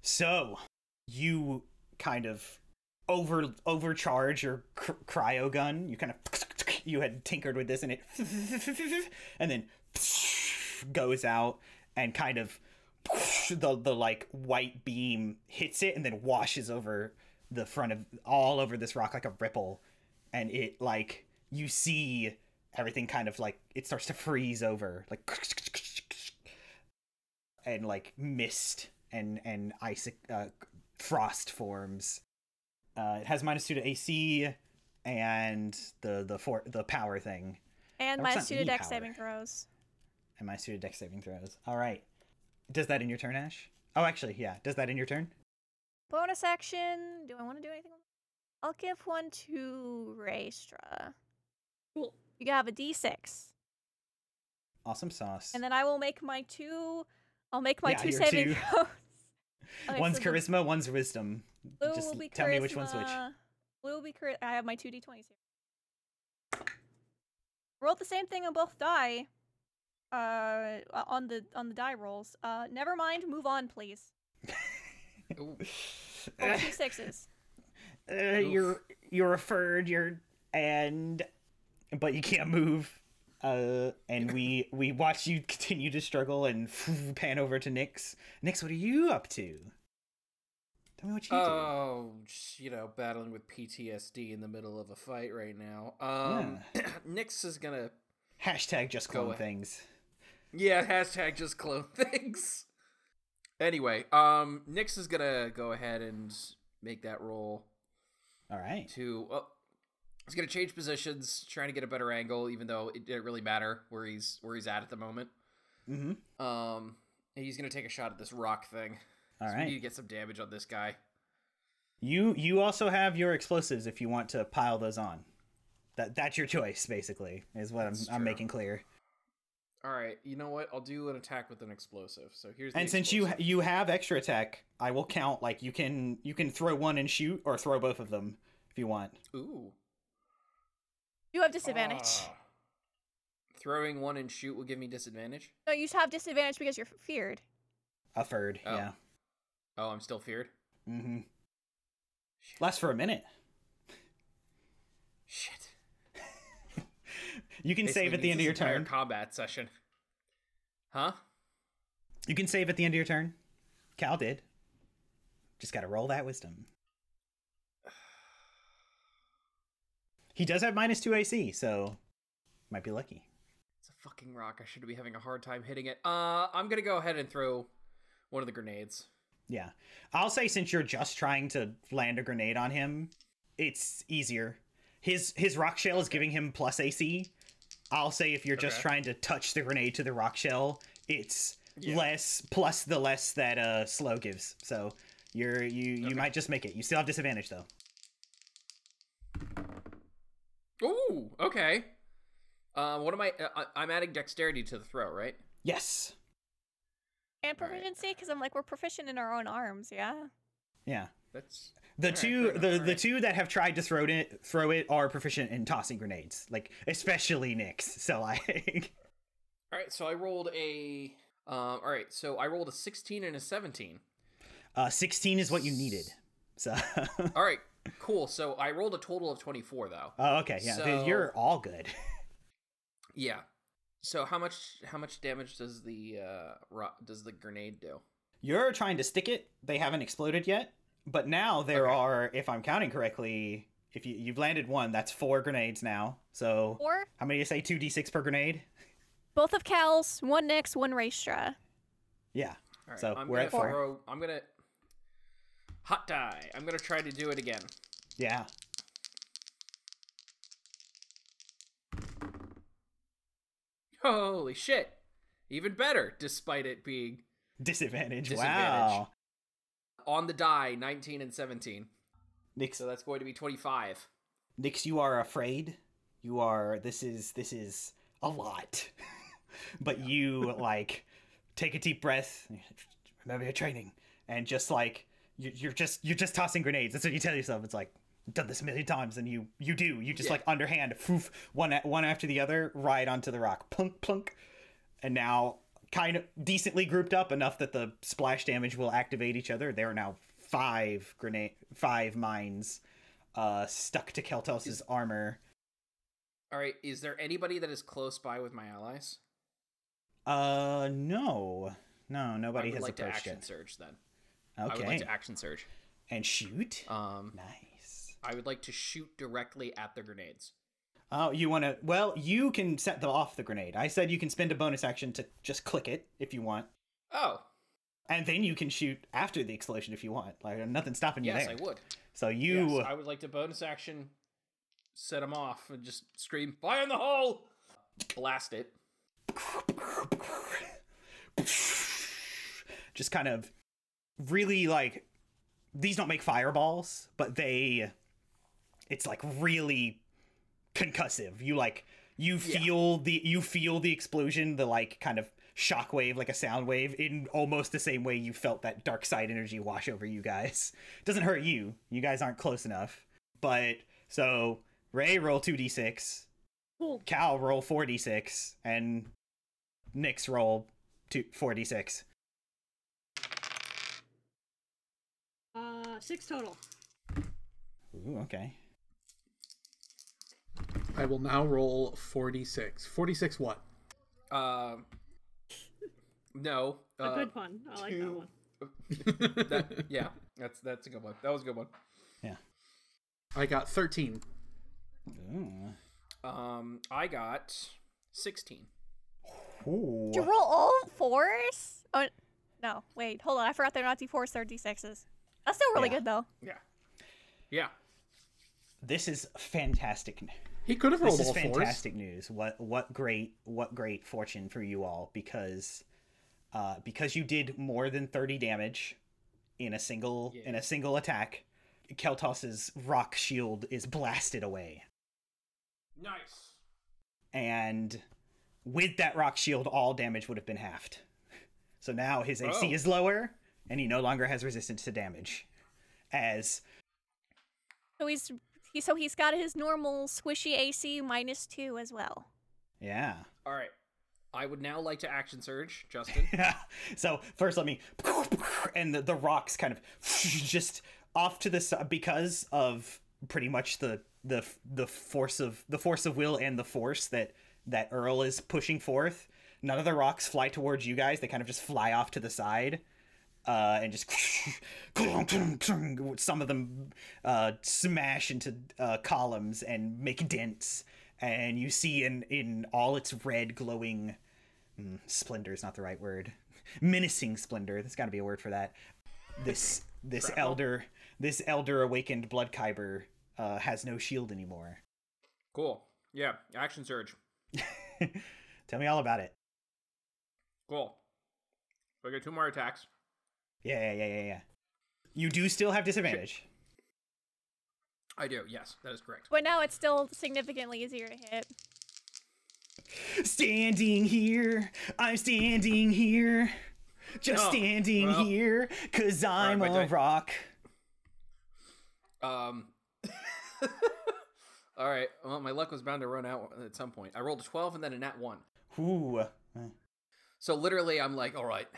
Speaker 1: So you kind of over overcharge your cr- cryo gun. You kind of you had tinkered with this, and it [LAUGHS] and then goes out and kind of the the like white beam hits it and then washes over the front of all over this rock like a ripple, and it like you see everything kind of like it starts to freeze over like and like mist and and ice uh, frost forms. Uh, it has minus two to AC and the the for the power thing
Speaker 4: And
Speaker 1: That
Speaker 4: my
Speaker 1: was not any
Speaker 4: pseudodex
Speaker 1: power.
Speaker 4: saving throws.
Speaker 1: and minus two to dex saving throws. All right, does that in your turn, Ash? Oh, actually, yeah, does that in your turn?
Speaker 4: Bonus action. Do I want to do anything? I'll give one to Raystra.
Speaker 3: Cool.
Speaker 4: You have a d6,
Speaker 1: Awesome sauce.
Speaker 4: and then I will make my two. I'll make my
Speaker 1: Yeah,
Speaker 4: two
Speaker 1: your
Speaker 4: saving
Speaker 1: two. [LAUGHS]
Speaker 4: throws. Okay,
Speaker 1: one's
Speaker 4: so the
Speaker 1: charisma, one's wisdom.
Speaker 4: blue
Speaker 1: Just
Speaker 4: will be
Speaker 1: tell me which one's which.
Speaker 4: charisma, Blue will be chari- I have my two d20s here. Rolled the same thing on both die. Uh, on the on the die rolls. Uh, never mind. Move on, please.
Speaker 5: Ooh.
Speaker 1: [LAUGHS]
Speaker 4: Roll two sixes.
Speaker 1: Uh, you're you're referred. You're and but you can't move. Uh, and we we watch you continue to struggle and [LAUGHS] pan over to Nyx. Nyx, what are you up to? Tell me what you
Speaker 5: Oh, just, you know, battling with PTSD in the middle of a fight right now. Um, [CLEARS THROAT] Nyx is gonna,
Speaker 1: do. Hashtag just
Speaker 5: Go
Speaker 1: clone
Speaker 5: ahead.
Speaker 1: things.
Speaker 5: yeah, [LAUGHS] hashtag just clone [LAUGHS] things. Anyway, um, Nyx is gonna go ahead and make that roll
Speaker 1: All right.
Speaker 5: to. Oh, he's gonna change positions, trying to get a better angle, even though it didn't really matter where he's where he's at at the moment.
Speaker 1: Mm-hmm.
Speaker 5: Um, and he's gonna take a shot at this rock thing.
Speaker 1: All
Speaker 5: So We need to
Speaker 1: right.
Speaker 5: get some damage on this guy.
Speaker 1: You you also have your explosives if you want to pile those on. That that's your choice basically is what
Speaker 5: That's
Speaker 1: I'm, I'm
Speaker 5: true.
Speaker 1: making clear.
Speaker 5: All right, you know what? I'll do an attack with an explosive. So here's. The
Speaker 1: and since you
Speaker 5: explosive.
Speaker 1: you have extra attack, I will count like you can you can throw one and shoot or throw both of them if you want.
Speaker 5: ooh.
Speaker 4: You have disadvantage.
Speaker 5: Ah. Throwing one and shoot will give me disadvantage.
Speaker 4: No, you should have disadvantage because you're feared.
Speaker 1: A third,
Speaker 5: Oh.
Speaker 1: yeah.
Speaker 5: Oh, I'm still feared.
Speaker 1: Mm-hmm. Lasts for a minute.
Speaker 5: Shit.
Speaker 1: You can save at the end of your turn.
Speaker 5: Combat session. Huh?
Speaker 1: you can save at the end of your turn. Cal did. Just gotta roll that wisdom. He does have minus two AC, so might be lucky.
Speaker 5: It's a fucking rock. I should be having a hard time hitting it. Uh, I'm gonna go ahead and throw one of the grenades.
Speaker 1: Yeah. I'll say since you're just trying to land a grenade on him, it's easier. His his rock shell is giving him plus AC, I'll say if you're just
Speaker 5: Okay.
Speaker 1: trying to touch the grenade to the rock shell, it's
Speaker 5: Yeah.
Speaker 1: less plus the less that uh slow gives. So you're you you
Speaker 5: Okay.
Speaker 1: might just make it. You still have disadvantage though.
Speaker 5: Ooh, okay. Um, what am I? Uh, I- I'm adding dexterity to the throw, right?
Speaker 1: Yes.
Speaker 4: And
Speaker 5: All right.
Speaker 4: proficiency, because I'm like, we're proficient in our own arms, yeah?
Speaker 1: Yeah.
Speaker 5: That's
Speaker 1: The
Speaker 5: All right,
Speaker 1: two
Speaker 5: fair enough,
Speaker 1: the
Speaker 5: all
Speaker 1: the
Speaker 5: right.
Speaker 1: two that have tried to throw it throw it are proficient in tossing grenades. Like especially Nyx. So [LAUGHS] like
Speaker 5: all right. So I rolled a. Um, all right. So I rolled a 16 and a 17.
Speaker 1: uh 16 is what you needed. So [LAUGHS]
Speaker 5: All right. Cool. So I rolled a total of 24 though.
Speaker 1: Oh, okay. Yeah. then
Speaker 5: So-
Speaker 1: You're all good. [LAUGHS]
Speaker 5: Yeah. So how much how much damage does the uh ro- does the grenade do?
Speaker 1: You're trying to stick it. They haven't exploded yet, but now there
Speaker 5: Okay.
Speaker 1: are, if I'm counting correctly, if you, you've landed one, that's four grenades now. So
Speaker 4: Or
Speaker 1: how many do you say? Two d6 per grenade.
Speaker 4: both of Cal's, one Nyx, one Raistra.
Speaker 1: Yeah.
Speaker 5: All right.
Speaker 1: So,
Speaker 5: I'm
Speaker 1: we're
Speaker 5: gonna
Speaker 1: at four.
Speaker 5: throw. I'm gonna hot die. I'm gonna try to do it again. [LAUGHS]
Speaker 1: Yeah.
Speaker 5: Holy shit! Even better, despite it being
Speaker 1: Disadvantage.
Speaker 5: Disadvantage.
Speaker 1: Wow.
Speaker 5: on the die 19 and 17.
Speaker 1: Nix,
Speaker 5: So that's going to be 25.
Speaker 1: Nix, you are afraid. You are. This is this is a lot. [LAUGHS] but you like take a deep breath. Remember your training, and just like you- you're just you're just tossing grenades. That's what you tell yourself. It's like "I've done this a million times, and you you do. You just
Speaker 5: Yeah.
Speaker 1: like underhand, poof, one a- one after the other, right onto the rock, plunk plunk, and now kind of decently grouped up enough that the splash damage will activate each other. There are now five grenade five mines uh stuck to Keltos's armor.
Speaker 5: All right, is there anybody that is close by with my allies?
Speaker 1: Uh no. No, nobody
Speaker 5: I would
Speaker 1: has
Speaker 5: like to
Speaker 1: approached
Speaker 5: action
Speaker 1: it.
Speaker 5: surge then. I
Speaker 1: Okay.
Speaker 5: would like to action surge.
Speaker 1: and shoot.
Speaker 5: Um,
Speaker 1: nice.
Speaker 5: I would like to shoot directly at the grenades.
Speaker 1: Oh, you want to? Well, you can set the off the grenade. I said you can spend a bonus action to just click it if you want,
Speaker 5: Oh,
Speaker 1: and then you can shoot after the explosion if you want. Like nothing's stopping you
Speaker 5: yes,
Speaker 1: there.
Speaker 5: I would.
Speaker 1: So you,
Speaker 5: Yes, I would like to bonus action, set them off, and just scream "Fire in the hole!" Blast it.
Speaker 1: just kind of really like these don't make fireballs, but they it's like really concussive. You like you
Speaker 5: Yeah.
Speaker 1: feel the you feel the explosion, the like kind of shockwave, like a sound wave, in almost the same way you felt that dark side energy wash over you guys. Doesn't hurt you. You guys aren't close enough. But so Ray roll two D six,
Speaker 3: Cool.
Speaker 1: Cal roll four D six, and Nyx roll two four D six.
Speaker 3: Uh, six total.
Speaker 1: Ooh, okay.
Speaker 2: I will now roll 46. 46 what?
Speaker 5: Um, no,
Speaker 3: A
Speaker 5: uh,
Speaker 3: good pun. I like that
Speaker 5: two-
Speaker 3: one.
Speaker 5: that- [LAUGHS] yeah, that's that's a good one. That was a good one.
Speaker 2: [LAUGHS] I got 13.
Speaker 1: Ooh.
Speaker 5: Um, I got sixteen.
Speaker 1: Ooh.
Speaker 4: Did you roll all fours? Oh, no. Wait, hold on. I forgot they're not d4s, they're d6s. That's still really
Speaker 1: Yeah.
Speaker 4: good, though.
Speaker 5: Yeah, yeah.
Speaker 1: This is fantastic. n-
Speaker 2: He could have rolled
Speaker 1: This is
Speaker 2: all
Speaker 1: fantastic news. What what great what great fortune for you all because uh, because you did more than thirty damage in a single in
Speaker 5: Yeah.
Speaker 1: a single attack. Keltos's rock shield is blasted away,
Speaker 5: Nice.
Speaker 1: and with that rock shield, all damage would have been halved. So now his AC
Speaker 5: Oh.
Speaker 1: is lower, and he no longer has resistance to damage. As
Speaker 4: So he's he, so he's got his normal squishy AC minus two as well.
Speaker 1: yeah, [LAUGHS]
Speaker 5: All right. I would now like to action surge, [LAUGHS] Justin.
Speaker 1: so first let me and the, the rocks kind of just off to the side because of pretty much the the the force of the force of will and the force that that earl is pushing forth none of the rocks fly towards you guys they kind of just fly off to the side uh, and just [LAUGHS] some of them uh, smash into uh, columns and make dents and you see in in all its red glowing mm, splendor is not the right word menacing splendor there's got to be a word for that this this elder this elder awakened blood kyber uh, has no shield anymore [LAUGHS]
Speaker 5: cool. Yeah, action surge.
Speaker 1: Tell me all about it.
Speaker 5: Cool. So I get two more attacks.
Speaker 1: Yeah, yeah, yeah, yeah, yeah. You do still have disadvantage.
Speaker 5: I do. Yes, that is correct.
Speaker 4: But now it's still significantly easier to hit.
Speaker 1: Standing here, I'm standing here, just
Speaker 5: Oh,
Speaker 1: standing
Speaker 5: well.
Speaker 1: here, cause I'm
Speaker 5: wait, do
Speaker 1: a
Speaker 5: I-
Speaker 1: rock. [LAUGHS]
Speaker 5: Um. all right. Well, my luck was bound to run out at some point. I rolled a twelve and then a nat one.
Speaker 1: Ooh.
Speaker 5: So literally, I'm like, all right.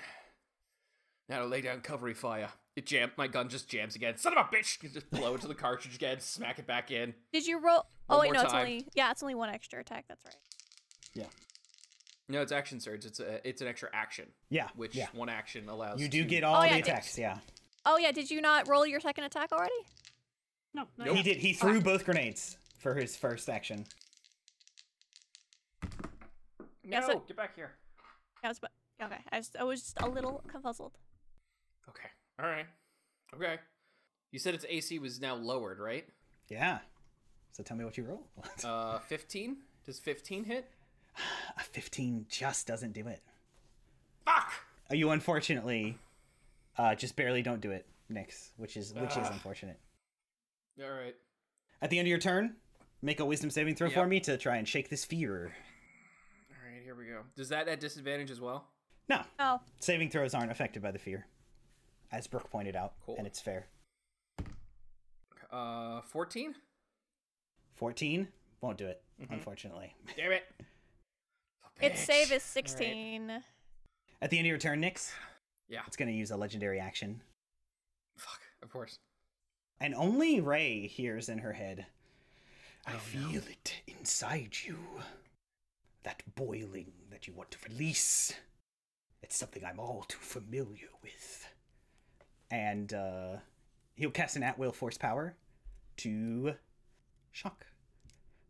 Speaker 5: Now to lay down covery fire. It jam. My gun just jams again. Son of a bitch! You just blow into the cartridge again, smack it back in.
Speaker 4: Did you roll? oh
Speaker 5: One
Speaker 4: wait,
Speaker 5: more
Speaker 4: no, it's
Speaker 5: time.
Speaker 4: only yeah, it's only one extra attack. That's right.
Speaker 5: No, it's action surge. It's a, it's an extra action,
Speaker 1: Yeah.
Speaker 5: which
Speaker 1: yeah.
Speaker 5: one action allows.
Speaker 1: You do
Speaker 5: to-
Speaker 1: get all
Speaker 4: Oh, yeah,
Speaker 1: the
Speaker 4: it's-
Speaker 1: attacks, yeah.
Speaker 4: Oh yeah, did you not roll your second attack already?
Speaker 3: No, no.
Speaker 5: Nope.
Speaker 1: He did. He threw both grenades for his first action.
Speaker 5: No,
Speaker 4: Yeah, so-
Speaker 5: get back here.
Speaker 4: Yeah, I was, but okay, I was, I was just a little confuzzled.
Speaker 5: Okay. All right. Okay. You said its AC was now
Speaker 1: [LAUGHS]
Speaker 5: lowered, right?
Speaker 1: Yeah. So tell me what you [LAUGHS] roll.
Speaker 5: Uh, 15? Does 15 hit?
Speaker 1: a 15 just doesn't do it. Uh,
Speaker 5: Fuck!
Speaker 1: You unfortunately uh, just barely don't do it, Nix, which is which is
Speaker 5: Ah.
Speaker 1: unfortunate.
Speaker 5: All right.
Speaker 1: At the end of your turn, make a wisdom saving throw for
Speaker 5: Yep.
Speaker 1: me to try and shake this fear.
Speaker 5: All right, here we go. Does that at disadvantage as well?
Speaker 1: No,
Speaker 4: Oh,
Speaker 1: saving throws aren't affected by the fear, as Brooke pointed out,
Speaker 5: Cool.
Speaker 1: and it's fair.
Speaker 5: Uh, 14?
Speaker 1: 14 won't do it, unfortunately.
Speaker 5: Damn it.
Speaker 4: [LAUGHS] its save
Speaker 5: Bitch.
Speaker 4: is sixteen.
Speaker 1: At the end of your turn, Nix,
Speaker 5: Yeah.
Speaker 1: it's going to use a legendary action.
Speaker 5: Fuck. Of course.
Speaker 1: And only Ray hears in her head, I feel it inside you. That boiling that you want to release. It's something I'm all too familiar with. And uh, he'll cast an at will force power to shock.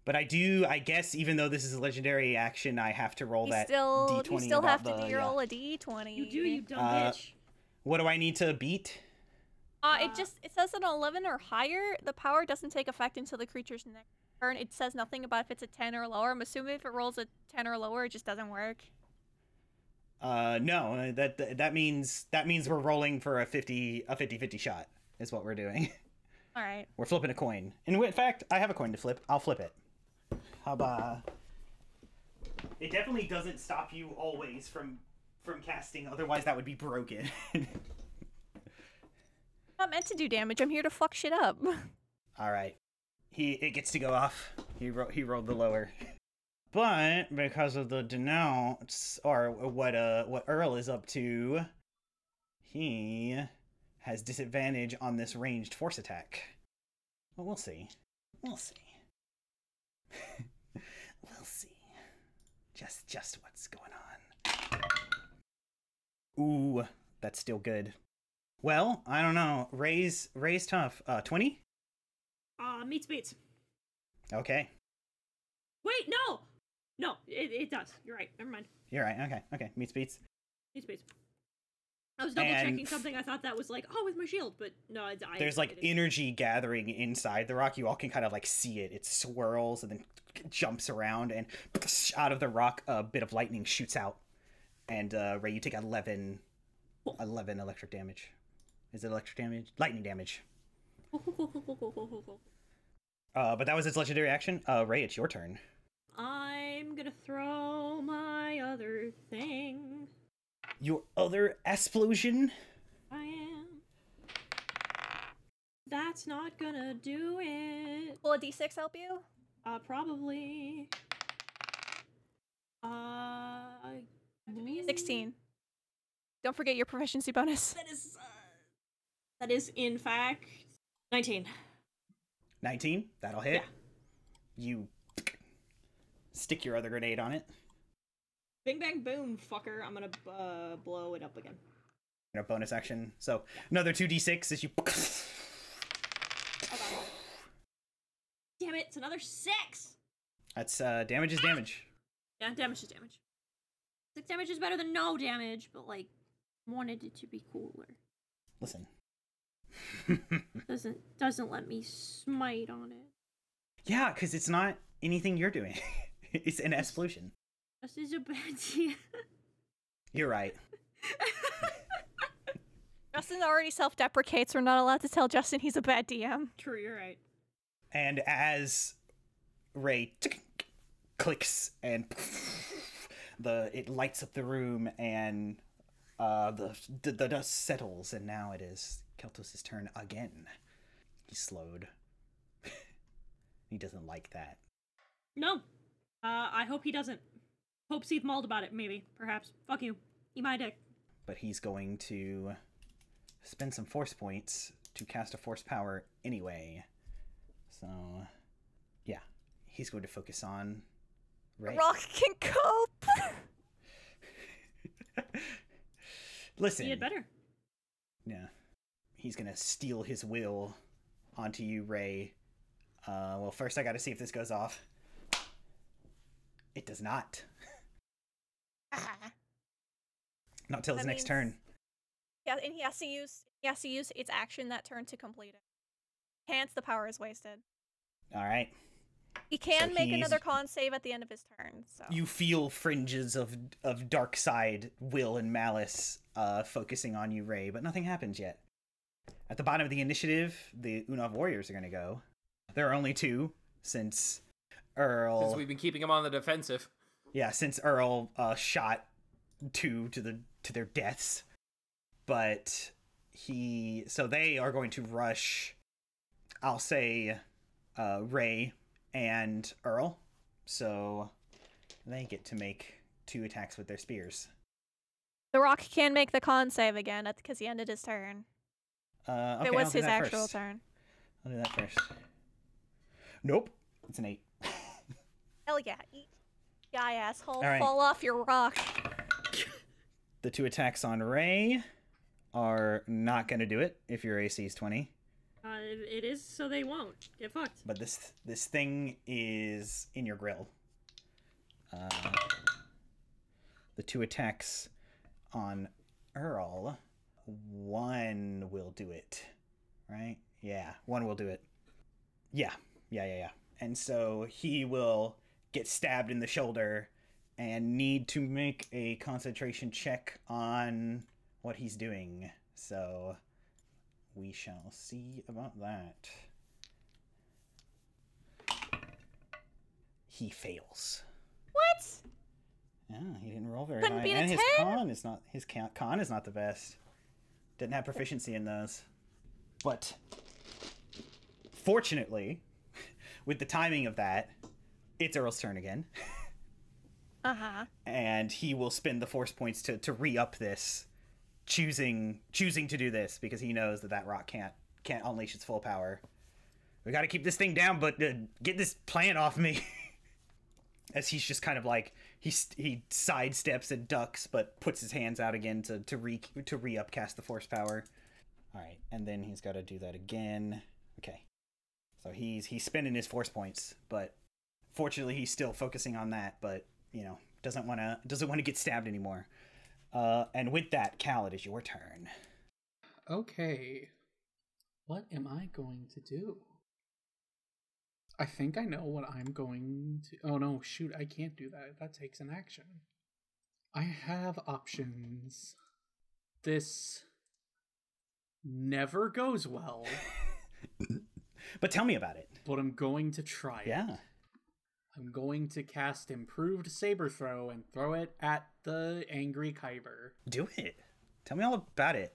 Speaker 1: But I do, I guess, even though this is a legendary action, I have to roll
Speaker 4: You
Speaker 1: that
Speaker 4: still,
Speaker 1: d20.
Speaker 4: you still
Speaker 1: about
Speaker 4: have to
Speaker 1: the-
Speaker 4: d-
Speaker 1: yeah.
Speaker 4: roll a d twenty.
Speaker 3: You do, you dumb
Speaker 1: Uh,
Speaker 3: bitch.
Speaker 1: What do I need to beat?
Speaker 4: Uh, it just it says an eleven or higher. The power doesn't take effect until the creature's next turn. It says nothing about if it's a ten or lower. I'm assuming if it rolls a ten or lower, it just doesn't work.
Speaker 1: Uh, no, uh, that that that means that means we're rolling for a 50 a 50-50 shot is what we're doing. [LAUGHS]
Speaker 4: All right.
Speaker 1: We're flipping a coin. And in fact, I have a coin to flip. I'll flip it. How about It definitely doesn't stop you always from from casting. Otherwise, that would be broken. [LAUGHS]
Speaker 4: I'm not meant to do damage. I'm here to fuck shit up. [LAUGHS]
Speaker 1: All right. He it gets to go off. He ro- he rolled the lower. [LAUGHS] But because of the denounce or what uh what Earl is up to, he has disadvantage on this ranged force attack. Well, we'll see. We'll see. [LAUGHS] we'll see. Just just what's going on. Ooh, that's still good. Well, I don't know. Raise raise tough. Uh 20?
Speaker 3: Uh, meets beats.
Speaker 1: Okay.
Speaker 3: Wait, no! No, it, it does. You're right. Never mind.
Speaker 1: You're right. Okay. Okay. Meets beats.
Speaker 3: Meets beats. I was double checking
Speaker 1: And-
Speaker 3: something. I thought that was like, oh, with my shield, but no, it's I.
Speaker 1: There's
Speaker 3: it
Speaker 1: like
Speaker 3: is-
Speaker 1: energy gathering inside the rock. You all can kind of like see it. It swirls and then jumps around, and out of the rock, a bit of lightning shoots out. And uh, Ray, you take 11, 11 electric damage. Is it electric damage? Lightning damage. Uh, but that was its legendary action. Uh, Ray, it's your turn.
Speaker 3: I'm gonna throw my other thing.
Speaker 1: Your other explosion.
Speaker 3: I am. That's not gonna do it.
Speaker 4: Will a d6 help you?
Speaker 3: Uh, probably. Uh, mm,
Speaker 4: 16. Don't forget your proficiency bonus.
Speaker 3: That is. Uh, that is in fact nineteen.
Speaker 1: 19. That'll hit.
Speaker 3: Yeah.
Speaker 1: You stick your other grenade on it.
Speaker 3: Bing bang boom, fucker! I'm gonna uh, blow it up again.
Speaker 1: and a bonus action. So another two d six as you. [LAUGHS]
Speaker 3: Oh, God. Damn it! It's another six.
Speaker 1: That's uh, damage is damage.
Speaker 3: Yeah, damage is damage. Six damage is better than no damage, but like, wanted it to be cooler.
Speaker 1: Listen,
Speaker 3: Doesn't doesn't let me smite on it.
Speaker 1: yeah, because it's not anything you're doing. [LAUGHS] it's an explosion.
Speaker 3: This is a bad [LAUGHS] idea.
Speaker 1: You're right.
Speaker 4: Justin already self deprecates. We're not allowed to tell Justin he's a bad DM.
Speaker 3: True, you're right.
Speaker 1: And as Ray [LAUGHS] tick- clicks and [LAUGHS] the it lights up the room and uh, the, the the dust settles and now it is Keltos' turn again. He's slowed. [LAUGHS] he doesn't like that.
Speaker 3: No. Uh, I hope he doesn't. Hope Seath mauled about it, maybe. Perhaps. Fuck you. Eat my dick.
Speaker 1: but he's going to spend some force points to cast a force power anyway. So, yeah, he's going to focus on Ray.
Speaker 4: Rock can cope. [LAUGHS]
Speaker 1: Listen,
Speaker 3: He had better.
Speaker 1: yeah, he's gonna steal his will onto you, Ray. Uh, well, first I got to see if this goes off. It does
Speaker 4: [LAUGHS]
Speaker 1: not. Not till his
Speaker 4: That
Speaker 1: next
Speaker 4: means-
Speaker 1: turn.
Speaker 4: yeah, and he has to use he has to use its action that turn to complete it. Can't the power is wasted.
Speaker 1: All right.
Speaker 4: He can make
Speaker 1: he's-
Speaker 4: another con save at the end of his turn. So
Speaker 1: you feel fringes of of dark side will and malice uh, focusing on you, Ray, but nothing happens yet. At the bottom of the initiative, the Unov warriors are going to go. There are only two since Earl.
Speaker 5: Since we've been keeping him on the defensive.
Speaker 1: Yeah, since Earl uh, shot two to the to their deaths, but he so they are going to rush. I'll say, uh, Ray and Earl, so they get to make two attacks with their spears.
Speaker 4: the rock can make the con save again because he ended his turn.
Speaker 1: Uh, okay,
Speaker 4: it was
Speaker 1: I'll do
Speaker 4: his
Speaker 1: that
Speaker 4: actual
Speaker 1: first.
Speaker 4: turn.
Speaker 1: I'll do that first. Nope, it's an eight.
Speaker 4: Hell yeah, eat guy asshole,
Speaker 1: right.
Speaker 4: fall off your rock.
Speaker 1: The two attacks on Ray are not going to do it if your AC is twenty.
Speaker 3: Uh, it it is so they won't. Get fucked.
Speaker 1: But this this thing is in your grill. Uh, the two attacks on Earl, one will do it, right? Yeah, one will do it. Yeah, yeah, yeah, yeah. And so he will get stabbed in the shoulder and need to make a concentration check on what he's doing. So we shall see about that. He fails.
Speaker 4: What?
Speaker 1: Yeah, he didn't roll very
Speaker 4: Couldn't
Speaker 1: high.
Speaker 4: beat a
Speaker 1: and his
Speaker 4: 10?
Speaker 1: con is not his con, con is not the best. Didn't have proficiency in those. But fortunately, [LAUGHS] with the timing of that, it's Earl's turn again,
Speaker 4: Uh huh.
Speaker 1: and he will spend the force points to to re up this, choosing choosing to do this because he knows that that rock can't can't unleash its full power. We got to keep this thing down, but uh, get this plant off me. [LAUGHS] as he's just kind of like he s- he sidesteps and ducks, but puts his hands out again to to re to re upcast the force power. All right, and then he's got to do that again. Okay, so he's he's spending his force points, but fortunately he's still focusing on that. But you know doesn't want to doesn't want to get stabbed anymore. Uh, and with that, Cal, it is your turn.
Speaker 2: Okay. What am I going to do? I think I know what I'm going to. Oh no, shoot, I can't do that. That takes an action. I have options. This never goes [LAUGHS] well,
Speaker 1: But tell me about it.
Speaker 2: but I'm going to try it.
Speaker 1: Yeah.
Speaker 2: I'm going to cast Improved Saber Throw and throw it at the angry Kyber.
Speaker 1: Do it. Tell me all about it.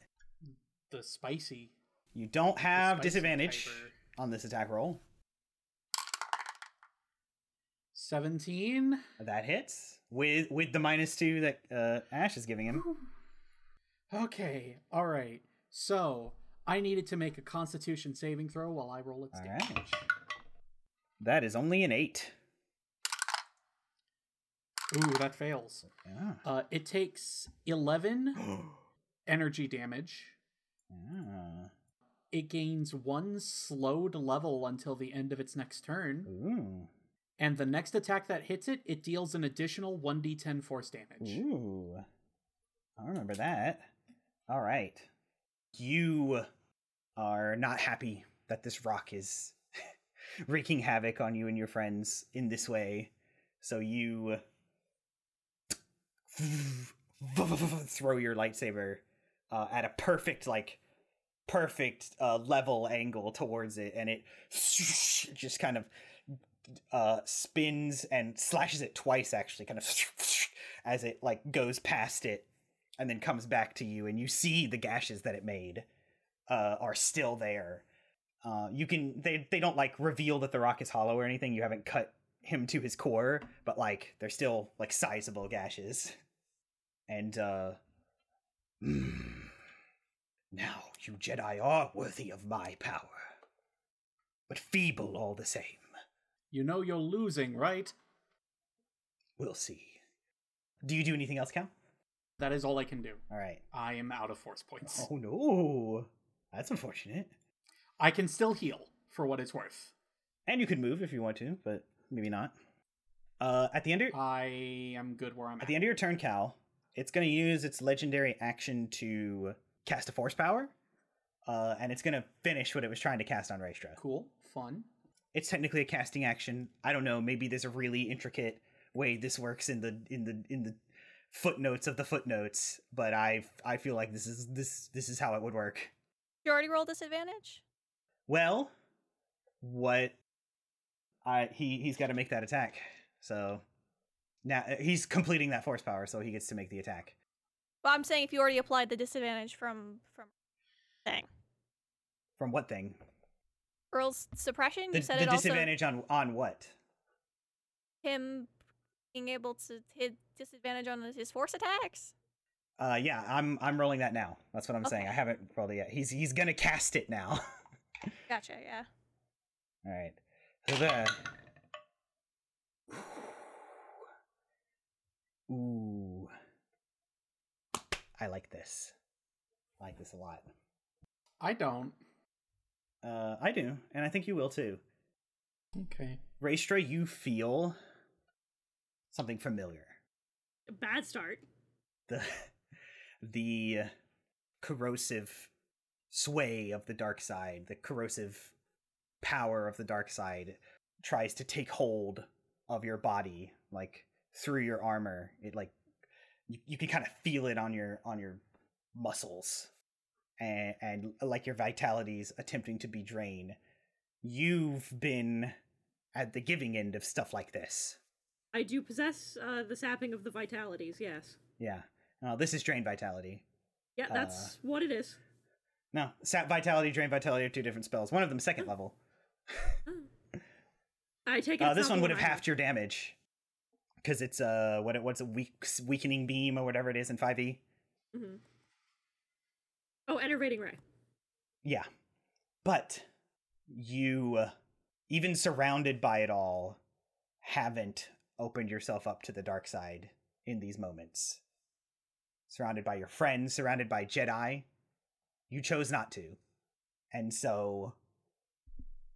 Speaker 2: The spicy.
Speaker 1: You don't have
Speaker 2: spicy
Speaker 1: disadvantage
Speaker 2: Kyber.
Speaker 1: on this attack roll.
Speaker 2: 17.
Speaker 1: That hits with with the minus two that uh, Ash is giving him.
Speaker 2: Okay, all right. So I needed to make a Constitution saving throw while I roll its
Speaker 1: All
Speaker 2: damage.
Speaker 1: right. That is only an eight.
Speaker 2: Ooh, that fails.
Speaker 1: Yeah. [GASPS]
Speaker 2: Uh, it takes eleven [GASPS] energy damage.
Speaker 1: Yeah.
Speaker 2: It gains one slowed level until the end of its next turn,
Speaker 1: Ooh.
Speaker 2: and the next attack that hits it, it deals an additional one d10 force damage.
Speaker 1: Ooh. I remember that. All right. You are not happy [LAUGHS] that this rock is wreaking havoc on you and your friends in this way. So you [LAUGHS] throw your lightsaber uh, at a perfect, like, perfect uh, level angle towards it, [LAUGHS] and it just kind of uh, spins and slashes it twice, actually, kind of [LAUGHS] as it like goes past it, and then comes back to you, and you see the gashes that it made uh, are still there. Uh, you can they they don't like reveal that the rock is hollow or anything. You haven't cut him to his core, but like they're still like sizable gashes. And uh "Mm. now you Jedi are worthy of my power. But feeble all the same.
Speaker 2: You know you're losing, right?
Speaker 1: We'll see. Do you do anything else, Cal?
Speaker 2: That is all I can do.
Speaker 1: Alright.
Speaker 2: I am out of force points.
Speaker 1: Oh no. That's unfortunate.
Speaker 2: I can still heal for what it's worth.
Speaker 1: And you could move if you want to, but maybe not. Uh at the end of
Speaker 2: Um, I am good where I'm
Speaker 1: At the end of your turn, Cal, it's going to use its legendary action to cast a force power, uh, and it's going to finish what it was trying to cast on Raistra.
Speaker 2: Cool, fun.
Speaker 1: It's technically a casting action. I don't know. Maybe there's a really intricate way this works in the in the in the footnotes of the footnotes, but I I feel like this is this this is how it would work.
Speaker 4: You already roll disadvantage?
Speaker 1: Well, what? I he he's got to make that attack. So now uh, he's completing that force power, so he gets to make the attack.
Speaker 4: Well, I'm saying if you already applied the disadvantage from from thing.
Speaker 1: From what thing?
Speaker 4: Earl's suppression,
Speaker 1: The,
Speaker 4: Hmm, you said
Speaker 1: the
Speaker 4: it also
Speaker 1: disadvantage on on what?
Speaker 4: him being able to hit disadvantage on his force attacks.
Speaker 1: Uh, yeah, I'm I'm rolling that now. That's what I'm saying.
Speaker 4: Okay.
Speaker 1: I haven't rolled it yet. He's he's gonna cast it now. [LAUGHS]
Speaker 4: Gotcha, yeah.
Speaker 1: All right. So that. Ooh. I like this. I like this a lot.
Speaker 2: I don't.
Speaker 1: Uh, I do, and I think you will too.
Speaker 2: Okay.
Speaker 1: Raystra, you feel something familiar.
Speaker 3: Bad start.
Speaker 1: the [LAUGHS] the corrosive sway of the dark side, the corrosive power of the dark side tries to take hold of your body like through your armor. It like you, you can kind of feel it on your on your muscles and and like your vitality's attempting to be drained. You've been at the giving end of stuff like this.
Speaker 3: I do possess uh, the sapping of the vitalities. Yes.
Speaker 1: Yeah. Now this is drained vitality.
Speaker 3: Yeah,
Speaker 1: Uh,
Speaker 3: that's what it is.
Speaker 1: No, sap vitality, drain vitality are two different spells. One of them second level.
Speaker 3: I take it.
Speaker 1: Uh,
Speaker 3: it's
Speaker 1: this
Speaker 3: not
Speaker 1: one
Speaker 3: the
Speaker 1: would have
Speaker 3: I-
Speaker 1: halved your damage because it's uh what it what's a weak weakening beam or whatever it is in five e.
Speaker 3: Mhm. Oh,
Speaker 1: [GASPS]
Speaker 3: enervating ray.
Speaker 1: Yeah, but you, uh, even surrounded by it all, haven't opened yourself up to the dark side in these moments. Surrounded by your friends, surrounded by Jedi, you chose not to. And so,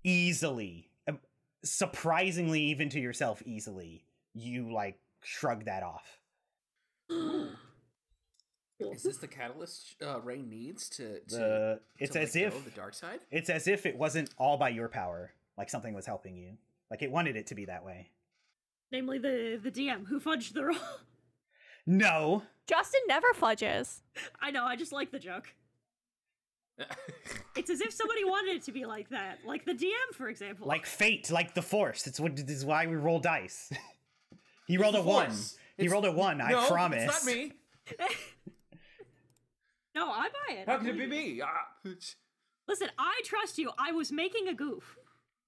Speaker 1: easily, um, surprisingly, even to yourself, easily, you like shrug that off.
Speaker 5: Is this the catalyst uh, Ray needs to? to
Speaker 1: The,
Speaker 5: to
Speaker 1: it's
Speaker 5: let
Speaker 1: as
Speaker 5: go
Speaker 1: if
Speaker 5: of the dark side.
Speaker 1: it's as if it wasn't all by your power, like something was helping you. Like it wanted it to be that way.
Speaker 3: Namely, the the DM who fudged the [LAUGHS] roll.
Speaker 1: No.
Speaker 4: Justin never fudges.
Speaker 3: I know. I just like the joke. It's as if somebody wanted it to be like that, like the DM, for example.
Speaker 1: Like fate, like the force. It's what this is why we roll
Speaker 5: [LAUGHS]
Speaker 1: dice. he rolled a
Speaker 5: The
Speaker 1: one.
Speaker 5: Force.
Speaker 1: He
Speaker 5: It's-
Speaker 1: rolled a one,
Speaker 5: [LAUGHS] No,
Speaker 1: I promise.
Speaker 5: It's not me.
Speaker 3: no, I buy it.
Speaker 5: How
Speaker 3: I
Speaker 5: could it be
Speaker 3: believe it.
Speaker 5: me? Ah.
Speaker 3: Listen, I trust you. I was making a goof.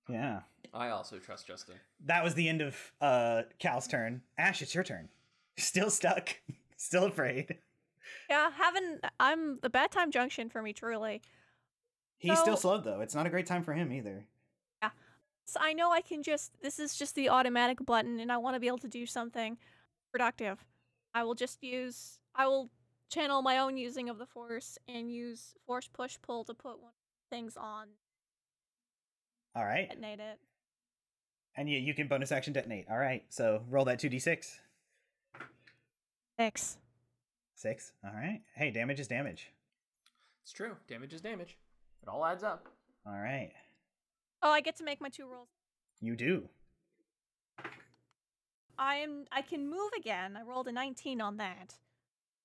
Speaker 1: Yeah.
Speaker 5: I also trust Justin.
Speaker 1: That was the end of uh Cal's turn. Ash, it's your turn. Still stuck. [LAUGHS] Still afraid.
Speaker 4: Yeah, having I'm the bad time junction for me truly.
Speaker 1: He's still
Speaker 4: So-
Speaker 1: slowed though. It's not a great time for him either.
Speaker 4: So I know I can just this is just the automatic button and I want to be able to do something productive. I will just use I will channel my own using of the force and use force push pull to put one of the things on
Speaker 1: All right.
Speaker 4: detonate it.
Speaker 1: And yeah, you can bonus action detonate. All right. So roll that 2d6.
Speaker 4: Six.
Speaker 1: 6. All right. Hey, damage is damage.
Speaker 5: It's true. Damage is damage. It all adds up.
Speaker 1: All right.
Speaker 4: Oh, I get to make my two rolls.
Speaker 1: You do.
Speaker 4: I am. I can move again. I rolled a 19 on that.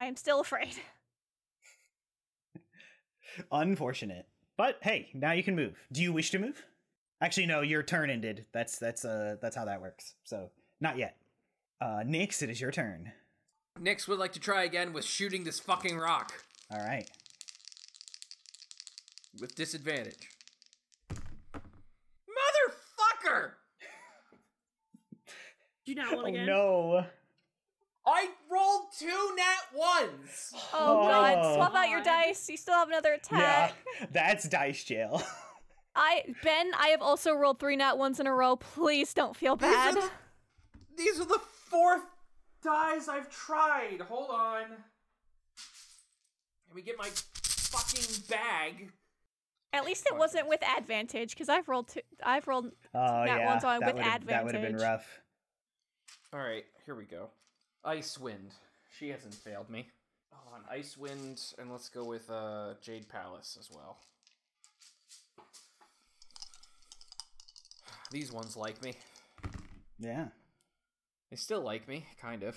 Speaker 4: I am still [LAUGHS] afraid.
Speaker 1: Unfortunate. But hey, now you can move. Do you wish to move? Actually, no. Your turn ended. That's that's uh that's how that works. So not yet. Uh, Nyx, it is your turn.
Speaker 5: Nyx would like to try again with shooting this fucking rock
Speaker 1: All right.
Speaker 5: with disadvantage. Motherfucker!
Speaker 3: Do you not
Speaker 1: Oh
Speaker 3: want again? [LAUGHS]
Speaker 1: no.
Speaker 5: I rolled two nat ones!
Speaker 4: Oh, god!
Speaker 1: Oh.
Speaker 4: Swap out your
Speaker 3: God.
Speaker 4: dice. You still have another
Speaker 1: [LAUGHS] Yeah,
Speaker 4: attack.
Speaker 1: [LAUGHS] that's dice jail. [LAUGHS]
Speaker 4: I Ben, I have also rolled three nat ones in a row. Please don't feel bad.
Speaker 5: These are the, these are the fourth dies I've tried. Hold on. Let me get my fucking bag.
Speaker 4: At least it wasn't with advantage because I've rolled two. I've rolled.
Speaker 1: Oh
Speaker 4: That
Speaker 1: yeah,
Speaker 4: one's on with
Speaker 1: would've- That would have been
Speaker 4: advantage.
Speaker 1: rough.
Speaker 5: Alright, here we go. Ice Wind. She hasn't failed me. Hold on, Ice Wind, and let's go with uh, Jade Palace as well. [SIGHS] These ones like me.
Speaker 1: Yeah.
Speaker 5: They still like me, kind of.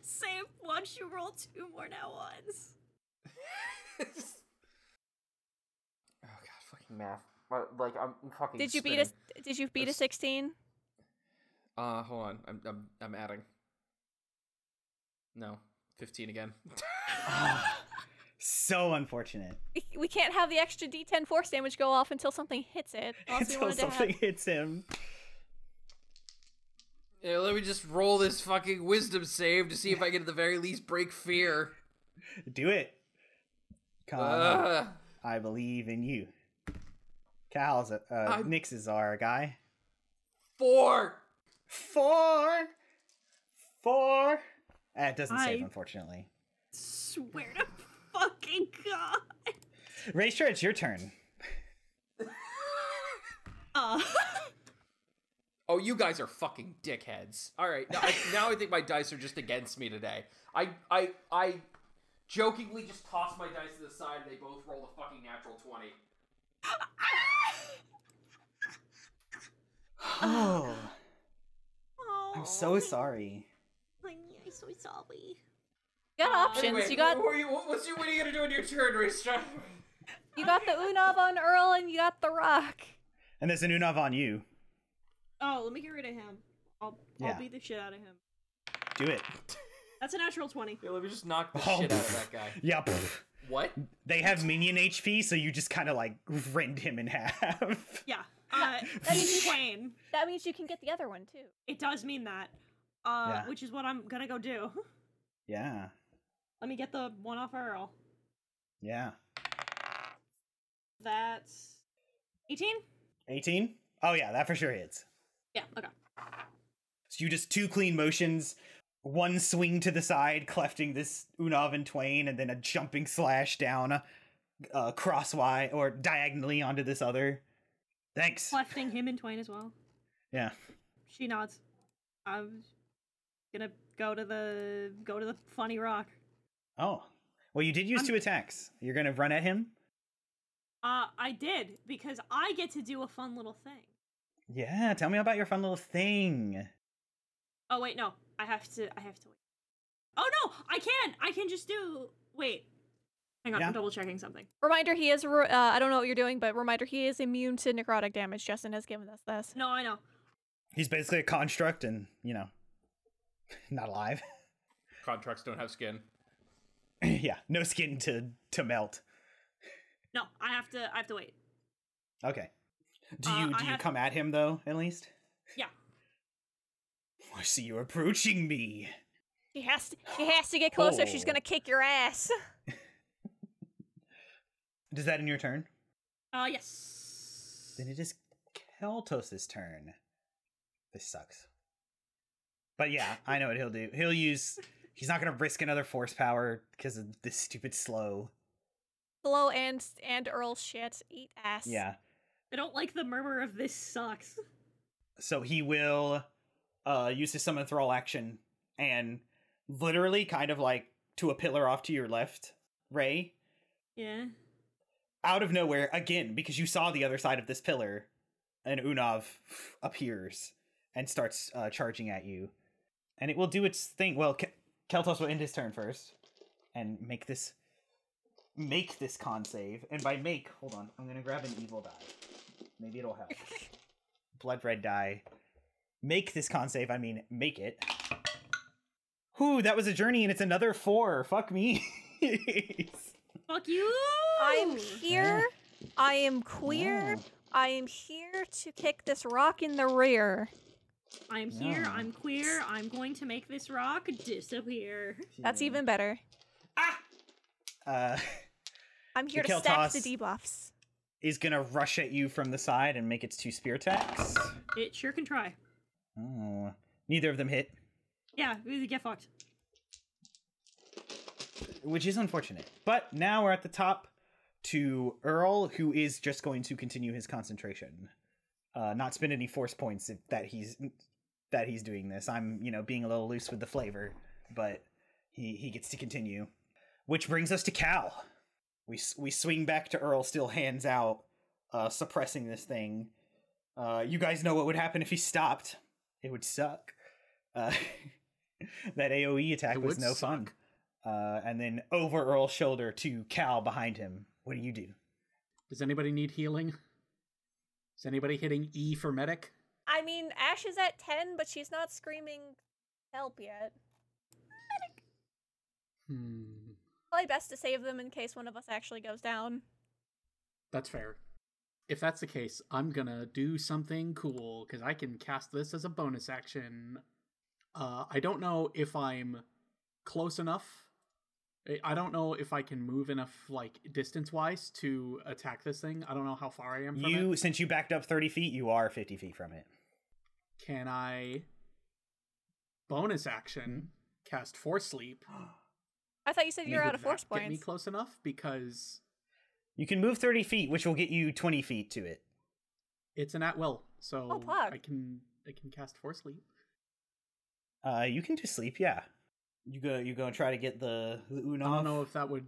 Speaker 3: Save once you roll two more now ones.
Speaker 5: oh god, fucking math. But, Like I'm I'm fucking.
Speaker 4: Did you beat
Speaker 5: spinning.
Speaker 4: us? Did you beat a
Speaker 5: That's-
Speaker 4: sixteen?
Speaker 5: Uh, hold on. I'm I'm I'm adding. No, fifteen again.
Speaker 1: So unfortunate.
Speaker 4: We can't have the extra D10 force damage go off until something hits it. or
Speaker 1: [LAUGHS]
Speaker 4: else we
Speaker 1: Until
Speaker 4: wanted to
Speaker 1: something
Speaker 4: have-
Speaker 1: hits him.
Speaker 5: yeah, let me just roll this fucking wisdom save to see if I can at the very least break fear.
Speaker 1: Do it. Come on.
Speaker 5: Ugh.
Speaker 1: I believe in you. Cal's a, uh,
Speaker 5: I-
Speaker 1: Nyx is our guy.
Speaker 5: four.
Speaker 1: Four. Four. That doesn't save,
Speaker 3: I-
Speaker 1: unfortunately.
Speaker 3: Swear to fucking god.
Speaker 1: Racer, it's your turn.
Speaker 3: Uh, [LAUGHS]
Speaker 5: Oh, you guys are fucking dickheads. All right, now I, now I think my dice are just against me today. I I I jokingly just tossed my dice to the side and they both rolled a fucking natural twenty.
Speaker 1: Oh,
Speaker 3: aw, oh,
Speaker 1: I'm so sorry.
Speaker 3: I'm I'm so sorry.
Speaker 1: [LAUGHS]
Speaker 4: You got options.
Speaker 5: Anyway,
Speaker 4: you got
Speaker 5: what, were you, what, what's your- what are you gonna do in your turn, Rhystra?
Speaker 4: you got the Unav on Earl and you got the Rock.
Speaker 1: And there's an Unav on you.
Speaker 3: Oh, let me get rid of him. I'll
Speaker 1: Yeah.
Speaker 3: I'll beat the shit out of him.
Speaker 1: Do it.
Speaker 3: That's a natural twenty.
Speaker 5: [LAUGHS] Yeah, let me just knock the
Speaker 1: Oh,
Speaker 5: shit out of
Speaker 1: pff.
Speaker 5: that guy.
Speaker 1: Yeah. pff.
Speaker 5: What?
Speaker 1: They have minion HP, so you just kind of like rend him in half. [LAUGHS]
Speaker 3: Yeah. Uh,
Speaker 4: That means you-
Speaker 3: Wayne.
Speaker 4: That means you can get the other one too.
Speaker 3: It does mean that. Uh,
Speaker 1: Yeah.
Speaker 3: which is what I'm gonna go do. [LAUGHS]
Speaker 1: yeah.
Speaker 3: Let me get the one off Earl.
Speaker 1: Yeah.
Speaker 3: That's eighteen.
Speaker 1: 18? Oh, yeah, that for sure hits.
Speaker 3: Yeah. Okay.
Speaker 1: So you just two clean motions, one swing to the side, [LAUGHS] clefting this Unav in twain, and then a jumping slash down uh, crosswise or diagonally onto this other. Thanks.
Speaker 3: Clefting him in twain as well.
Speaker 1: Yeah.
Speaker 3: She nods. I'm gonna go to the go to the funny rock.
Speaker 1: Oh. Well, you did use
Speaker 3: I'm-
Speaker 1: two attacks. You're going to run at him?
Speaker 3: Uh, I did because I get to do a fun little thing.
Speaker 1: Yeah, tell me about your fun little thing.
Speaker 3: Oh wait, no, I have to. I have to wait. Oh no, I can. I can just do. Wait, hang on.
Speaker 1: Yeah.
Speaker 3: I'm double checking something.
Speaker 4: Reminder: He is. re- Uh, I don't know what you're doing, but reminder: He is immune to necrotic damage. Justin has given us this.
Speaker 3: No, I know.
Speaker 1: He's basically a construct and, you know, [LAUGHS] not alive. [CLEARS THROAT]
Speaker 5: Contracts don't have skin.
Speaker 1: yeah, no skin to to melt.
Speaker 3: No, I have to. I have to wait.
Speaker 1: Okay. Do
Speaker 3: Uh,
Speaker 1: you
Speaker 3: I
Speaker 1: do you
Speaker 3: have-
Speaker 1: come at him though? At least. [LAUGHS]
Speaker 3: Yeah.
Speaker 1: I see you approaching me.
Speaker 4: She has. To, she has to get closer. She's
Speaker 1: Oh.
Speaker 4: gonna kick your ass.
Speaker 1: Does that in your turn?
Speaker 3: Uh, yes.
Speaker 1: Then it is Keltos' turn. This sucks. But yeah, I know what he'll do. He'll use. He's not gonna risk another force power because of this stupid slow.
Speaker 4: Blow and and Earl shit. Eat ass.
Speaker 1: Yeah.
Speaker 3: I don't like the murmur of this sucks.
Speaker 1: So he will uh use his summon thrall action and literally kind of like to a pillar off to your left, Ray,
Speaker 3: Yeah.
Speaker 1: out of nowhere again because you saw the other side of this pillar and unav appears and starts uh, charging at you and it will do its thing. Well, Ke- Keltos will end his turn first and make this make this con save. And by make, hold on, I'm gonna grab an evil die. Maybe it'll help. Blood red die. Make this con save. I mean, make it. Whew, that was a journey, and it's another four. Fuck me. [LAUGHS]
Speaker 3: Fuck you.
Speaker 4: I am here. I am queer.
Speaker 1: Yeah.
Speaker 4: I am here to kick this rock in the rear.
Speaker 3: I'm here.
Speaker 1: Yeah.
Speaker 3: I'm queer. I'm going to make this rock disappear.
Speaker 4: That's
Speaker 2: Mm.
Speaker 4: even better.
Speaker 1: Uh, [LAUGHS]
Speaker 4: I'm here
Speaker 1: Mikhail
Speaker 4: to stack
Speaker 1: Toss.
Speaker 4: the debuffs.
Speaker 1: is gonna rush at you from the side and make its two spear attacks.
Speaker 3: It sure can try.
Speaker 1: Oh, neither of them hit,
Speaker 3: Yeah, we get fucked.
Speaker 1: which is unfortunate. But now we're at the top to Earl, who is just going to continue his concentration, uh, not spend any force points if, that he's that he's doing this. I'm you know being a little loose with the flavor, but he he gets to continue, which brings us to Cal. We s- we swing back to Earl, still hands out, uh, suppressing this thing. Uh, you guys know what would happen if he stopped. It would suck. Uh, [LAUGHS] that AOE attack
Speaker 2: It
Speaker 1: was
Speaker 2: would
Speaker 1: no fun. Uh, and then over Earl's shoulder to Cal behind him. What do you do?
Speaker 2: Does anybody need healing? Is anybody hitting E for medic?
Speaker 4: I mean, Ash is at 10, but she's not screaming help yet.
Speaker 2: Hmm.
Speaker 4: Probably best to save them in case one of us actually goes down.
Speaker 2: That's fair. If that's the case, I'm gonna do something cool because I can cast this as a bonus action. Uh, I don't know if I'm close enough. I- I don't know if I can move enough, like distance wise, to attack this thing. I don't know how far I am from
Speaker 1: You
Speaker 2: it.
Speaker 1: since you backed up thirty feet, you are fifty feet from it.
Speaker 2: Can I bonus action cast force sleep?
Speaker 4: I thought you said you were
Speaker 2: Would
Speaker 4: out of force
Speaker 2: that Get me
Speaker 4: points.
Speaker 2: close enough because
Speaker 1: You can move thirty feet, which will get you twenty feet to it.
Speaker 2: it's an at will, so
Speaker 4: plug.
Speaker 2: I can I can cast force sleep.
Speaker 1: Uh, you can do sleep, yeah. You go, you go and try to get the, the Unov.
Speaker 2: I don't know if that would.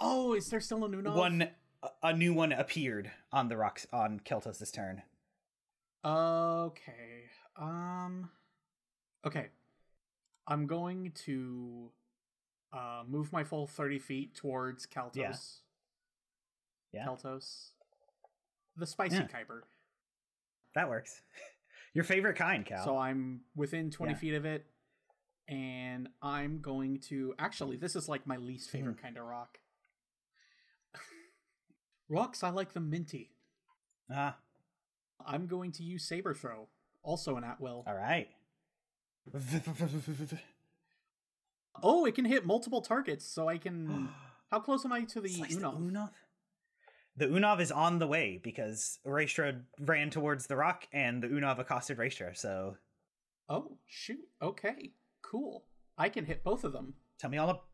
Speaker 2: Oh, is there still a new
Speaker 1: One, a, a new one appeared on the rocks on Keltos this turn.
Speaker 2: Okay. Um. Okay. I'm going to uh, move my full thirty feet towards Kaltos.
Speaker 1: Yeah. Yeah,
Speaker 2: Kaltos. The spicy
Speaker 1: Yeah.
Speaker 2: Kyber.
Speaker 1: that works. [LAUGHS] Your favorite kind, Cal.
Speaker 2: So I'm within 20
Speaker 1: Yeah.
Speaker 2: feet of it, and I'm going to. Actually, this is like my least
Speaker 1: Hmm.
Speaker 2: favorite kind of rock. [LAUGHS] Rocks, I like them minty.
Speaker 1: ah,
Speaker 2: I'm going to use Saber Throw, also an at will.
Speaker 1: all right.
Speaker 2: Oh, it can hit multiple targets, so I
Speaker 1: [GASPS]
Speaker 2: can. How close am I to the
Speaker 1: Slice
Speaker 2: Unov?
Speaker 1: The Unov is on the way because Raystra ran towards the rock and the Unov accosted Raystra. So
Speaker 2: Oh, shoot. Okay, cool. I can hit both of them.
Speaker 1: tell me all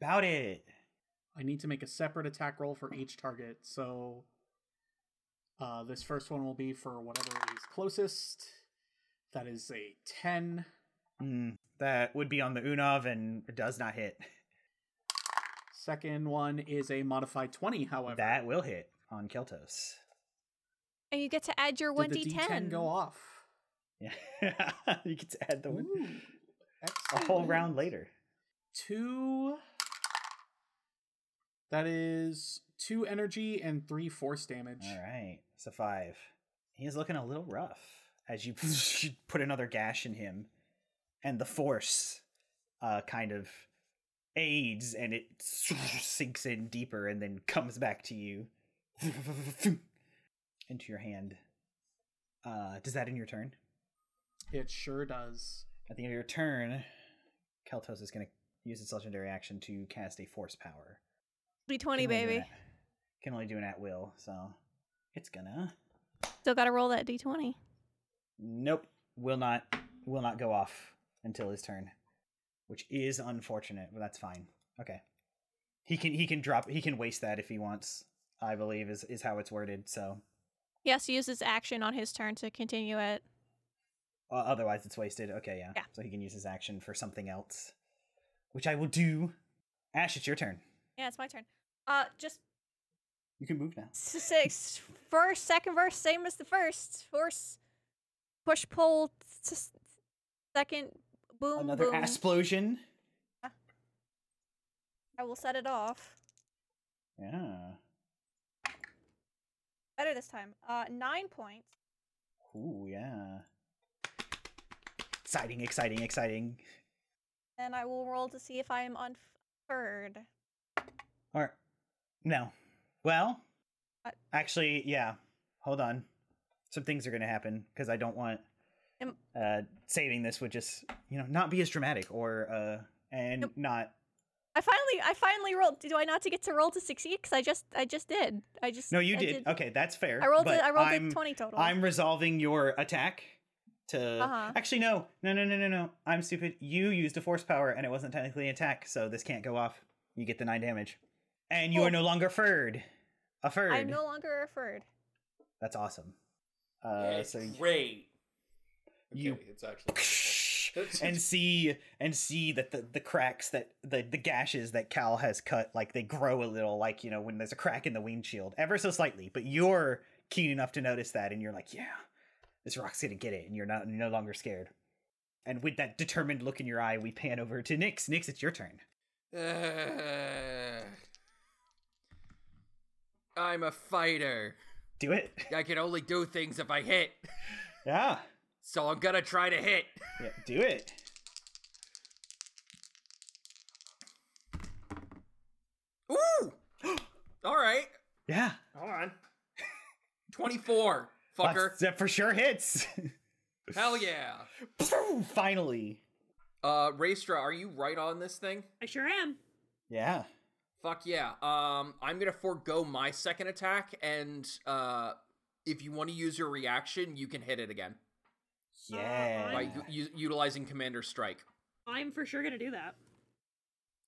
Speaker 1: about it.
Speaker 2: I need to make a separate attack roll for each target. So uh, this first one will be for whatever is closest. That is a 10.
Speaker 1: Mm, that would be on the Unov and it does not hit.
Speaker 2: Second one is a modified 20, however.
Speaker 1: That will hit on Keltos.
Speaker 4: And you get to add your
Speaker 2: Did
Speaker 4: 1d10.
Speaker 2: the D10 go off?
Speaker 1: Yeah. [LAUGHS] you get to add the one
Speaker 2: Ooh,
Speaker 1: a whole
Speaker 2: excellent.
Speaker 1: round later.
Speaker 2: Two. That is two energy and three force damage.
Speaker 1: All right. So five. He is looking a little rough as you [LAUGHS] put another gash in him, and the force uh, kind of aids and it [LAUGHS] sinks in deeper and then comes back to you [LAUGHS] into your hand. Uh, does that in your turn?
Speaker 2: It sure does.
Speaker 1: At the end of your turn, Keltos is going to use its legendary action to cast a force power.
Speaker 4: Be 20,
Speaker 1: Can only do
Speaker 4: baby.
Speaker 1: an at- Can only do an at will, so it's gonna.
Speaker 4: Still gotta roll that d20.
Speaker 1: Nope, will not will not go off until his turn, which is unfortunate, but that's fine. Okay, he can he can drop he can waste that if he wants. I believe is is how it's worded. So
Speaker 4: He has to use his action on his turn to continue it.
Speaker 1: uh, otherwise, it's wasted. Okay, yeah.
Speaker 4: Yeah.
Speaker 1: So he can use his action for something else, which I will do. Ash, it's your turn.
Speaker 4: Yeah, it's my turn. Uh, just
Speaker 1: You can move now.
Speaker 4: s- six. First, second verse, same as the first. Force, push, pull. s- s- Second, Boom,
Speaker 1: Another
Speaker 4: boom.
Speaker 1: explosion.
Speaker 4: I will set it off.
Speaker 1: Yeah.
Speaker 4: Better this time. Uh, nine points.
Speaker 1: Ooh, yeah. Exciting, exciting, exciting.
Speaker 4: And I will roll to see if I am unfurred.
Speaker 1: Or no. Well,
Speaker 4: What?
Speaker 1: actually, yeah. Hold on. Some things are going to happen because I don't want
Speaker 4: Am-
Speaker 1: uh, saving this would just, you know, not be as dramatic or uh, and
Speaker 4: Nope.
Speaker 1: not.
Speaker 4: I finally, I finally rolled. Do I not to get to roll to succeed? Because I just, I just did. I just.
Speaker 1: No, you
Speaker 4: I
Speaker 1: did. Okay, that's fair.
Speaker 4: I rolled
Speaker 1: but
Speaker 4: it. I rolled
Speaker 1: I'm,
Speaker 4: a twenty total.
Speaker 1: I'm resolving your attack to.
Speaker 4: Uh-huh.
Speaker 1: Actually, no, no, no, no, no, no. I'm stupid. You used a force power, and it wasn't technically an attack, so this can't go off. You get the nine damage, and you
Speaker 4: Cool.
Speaker 1: are no longer furred. A furred.
Speaker 4: I'm no longer referred.
Speaker 1: That's awesome.
Speaker 5: Yeah,
Speaker 1: Uh,
Speaker 5: it's
Speaker 1: so y-
Speaker 5: great.
Speaker 1: you-
Speaker 5: Okay, it's actually
Speaker 1: [LAUGHS] and see and see that the, the cracks that the, the gashes that Cal has cut like they grow a little like you know when there's a crack in the windshield ever so slightly but you're keen enough to notice that and you're like yeah this rock's gonna get it and you're not no longer scared and with that determined look in your eye we pan over to Nix Nix it's your turn
Speaker 5: Ugh. [LAUGHS] I'm a fighter.
Speaker 1: do it
Speaker 5: [LAUGHS] I can only do things if I hit.
Speaker 1: yeah
Speaker 5: So I'm gonna try to hit.
Speaker 1: yeah do it
Speaker 5: [GASPS] Ooh! All right.
Speaker 1: yeah
Speaker 5: Hold on. 24,
Speaker 1: that's-
Speaker 5: fucker.
Speaker 1: that for sure hits
Speaker 5: [LAUGHS] Hell yeah.
Speaker 1: finally
Speaker 5: Uh, Raystra, are you right on this thing?
Speaker 3: I sure am.
Speaker 1: yeah
Speaker 5: Fuck yeah. Um, I'm gonna forego my second attack, and uh, if you want to use your reaction, you can hit it again
Speaker 1: yeah
Speaker 5: by u- u- utilizing Commander Strike.
Speaker 3: I'm for sure gonna do that.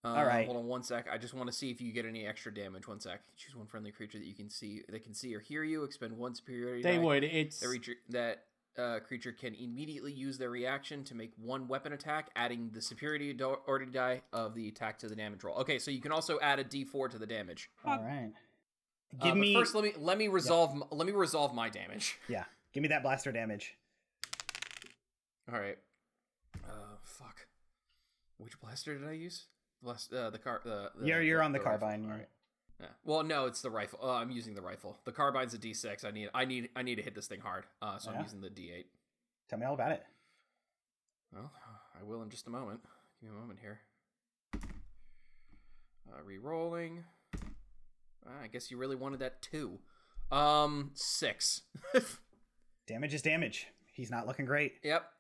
Speaker 5: Uh,
Speaker 1: right.
Speaker 5: Hold on one sec. I just want to see if you get any extra damage. One sec. Choose one friendly creature that you can see that can see or hear you. Expend one superiority.
Speaker 2: They
Speaker 5: die.
Speaker 2: would. It's
Speaker 5: That, creature that uh, creature can immediately use their reaction to make one weapon attack, adding the superiority do- order die of the attack to the damage roll. Okay, so you can also add a D4 to the damage.
Speaker 1: all right
Speaker 5: Uh,
Speaker 1: give
Speaker 5: but
Speaker 1: me
Speaker 5: first. Let me let me resolve m let me resolve my damage. [LAUGHS]
Speaker 1: yeah give me that blaster damage
Speaker 5: All right. Uh, fuck. Which blaster did I use? Blast, uh, the car. The, the
Speaker 1: You're- you're on the
Speaker 5: rifle.
Speaker 1: carbine,
Speaker 5: All
Speaker 1: yeah.
Speaker 5: right. Yeah. Well, no, it's the rifle. Uh, I'm using the rifle. The carbine's a D6. I need. I need. I need to hit this thing hard. Uh, so
Speaker 1: Yeah.
Speaker 5: I'm using the D8.
Speaker 1: tell me all about it
Speaker 5: Well, [SIGHS] I will in just a moment. Give me a moment here. Uh, re-rolling. Ah, I guess you really wanted that two. Um, six. [LAUGHS]
Speaker 1: Damage is damage. He's not looking great.
Speaker 5: yep.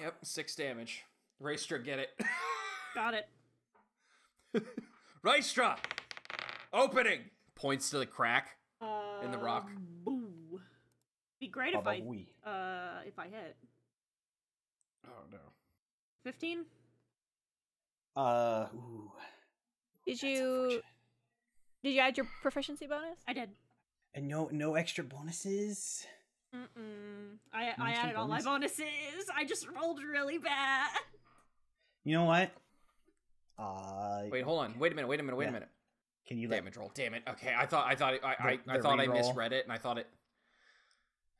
Speaker 5: Yep, six damage. Raystra, get it. [LAUGHS]
Speaker 3: Got it.
Speaker 5: Raystra! Opening! Points to the crack.
Speaker 3: Uh,
Speaker 5: In the rock.
Speaker 3: Boo. Um, Be great if I
Speaker 1: Ba-ba-wee.
Speaker 3: uh if I hit
Speaker 5: Oh no.
Speaker 3: fifteen.
Speaker 1: Uh, ooh.
Speaker 4: Did you? Did you add your proficiency bonus?
Speaker 3: I did.
Speaker 1: And no, no extra bonuses.
Speaker 3: Mm-mm. I I
Speaker 1: Nice and
Speaker 3: added all my bonuses. I just rolled really bad.
Speaker 1: You know what? Uh,
Speaker 5: Wait, hold on. Wait a minute, wait a minute, wait
Speaker 1: Yeah.
Speaker 5: a minute.
Speaker 1: can you let
Speaker 5: Damage roll. Damn it. Okay, I thought I thought it, I
Speaker 1: The-
Speaker 5: I, I
Speaker 1: the
Speaker 5: thought I
Speaker 1: re-roll.
Speaker 5: misread it, and I thought it.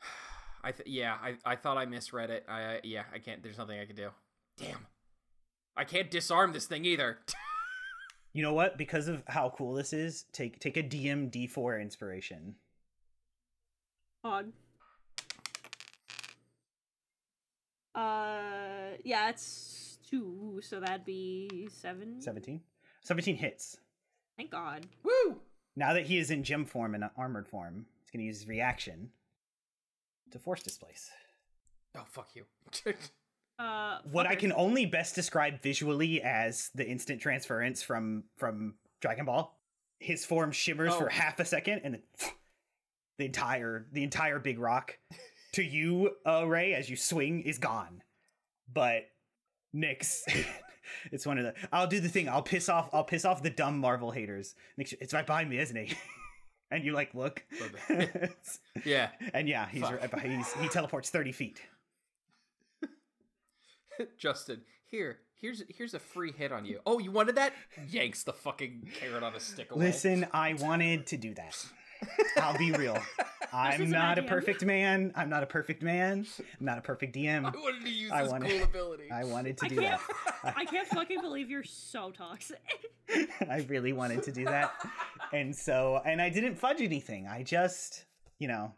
Speaker 5: [SIGHS] I th- yeah, I I thought I misread it. I yeah, I can't. There's nothing I can do. Damn, I can't disarm this thing either. [LAUGHS]
Speaker 1: You know what? Because of how cool this is, take take a DM D4 inspiration.
Speaker 3: Odd. Uh, yeah, it's two, so that'd be seven.
Speaker 1: Seventeen. Seventeen hits.
Speaker 3: Thank God.
Speaker 5: Woo!
Speaker 1: Now that he is in gem form and not armored form, he's going to use his reaction to force displace.
Speaker 5: Oh fuck you. [LAUGHS]
Speaker 3: Uh,
Speaker 1: What I
Speaker 3: fucker.
Speaker 1: can only best describe visually as the instant transference from from Dragon Ball. His form shimmers for
Speaker 5: Oh.
Speaker 1: half a second, and then [LAUGHS] the entire the entire big
Speaker 5: [LAUGHS]
Speaker 1: rock to you, uh, Ray, as you swing is gone. But Nix, [LAUGHS] it's one of the. I'll do the thing. I'll piss off. I'll piss off the dumb Marvel haters. Nix, it's right behind me, isn't he? [LAUGHS] and you like look, [LAUGHS]
Speaker 5: Okay. yeah.
Speaker 1: and yeah, he's,
Speaker 5: Fuck.
Speaker 1: right behind- he's he teleports thirty feet.
Speaker 5: Justin, here, here's here's a free hit on you. Oh, you wanted that? Yanks [LAUGHS] the fucking carrot on a stick away.
Speaker 1: Listen, I wanted to do that. I'll be real. I'm
Speaker 3: is my
Speaker 1: not a
Speaker 3: DM.
Speaker 1: perfect man. I'm not a perfect man. I'm not a perfect DM.
Speaker 5: I wanted to use
Speaker 1: I
Speaker 5: this
Speaker 1: wanted-
Speaker 5: cool ability.
Speaker 1: I wanted to
Speaker 3: I
Speaker 1: do that.
Speaker 3: can't. I can't fucking believe you're so toxic.
Speaker 1: [LAUGHS] I really wanted to do that. And so, and I didn't fudge anything. I just, you know,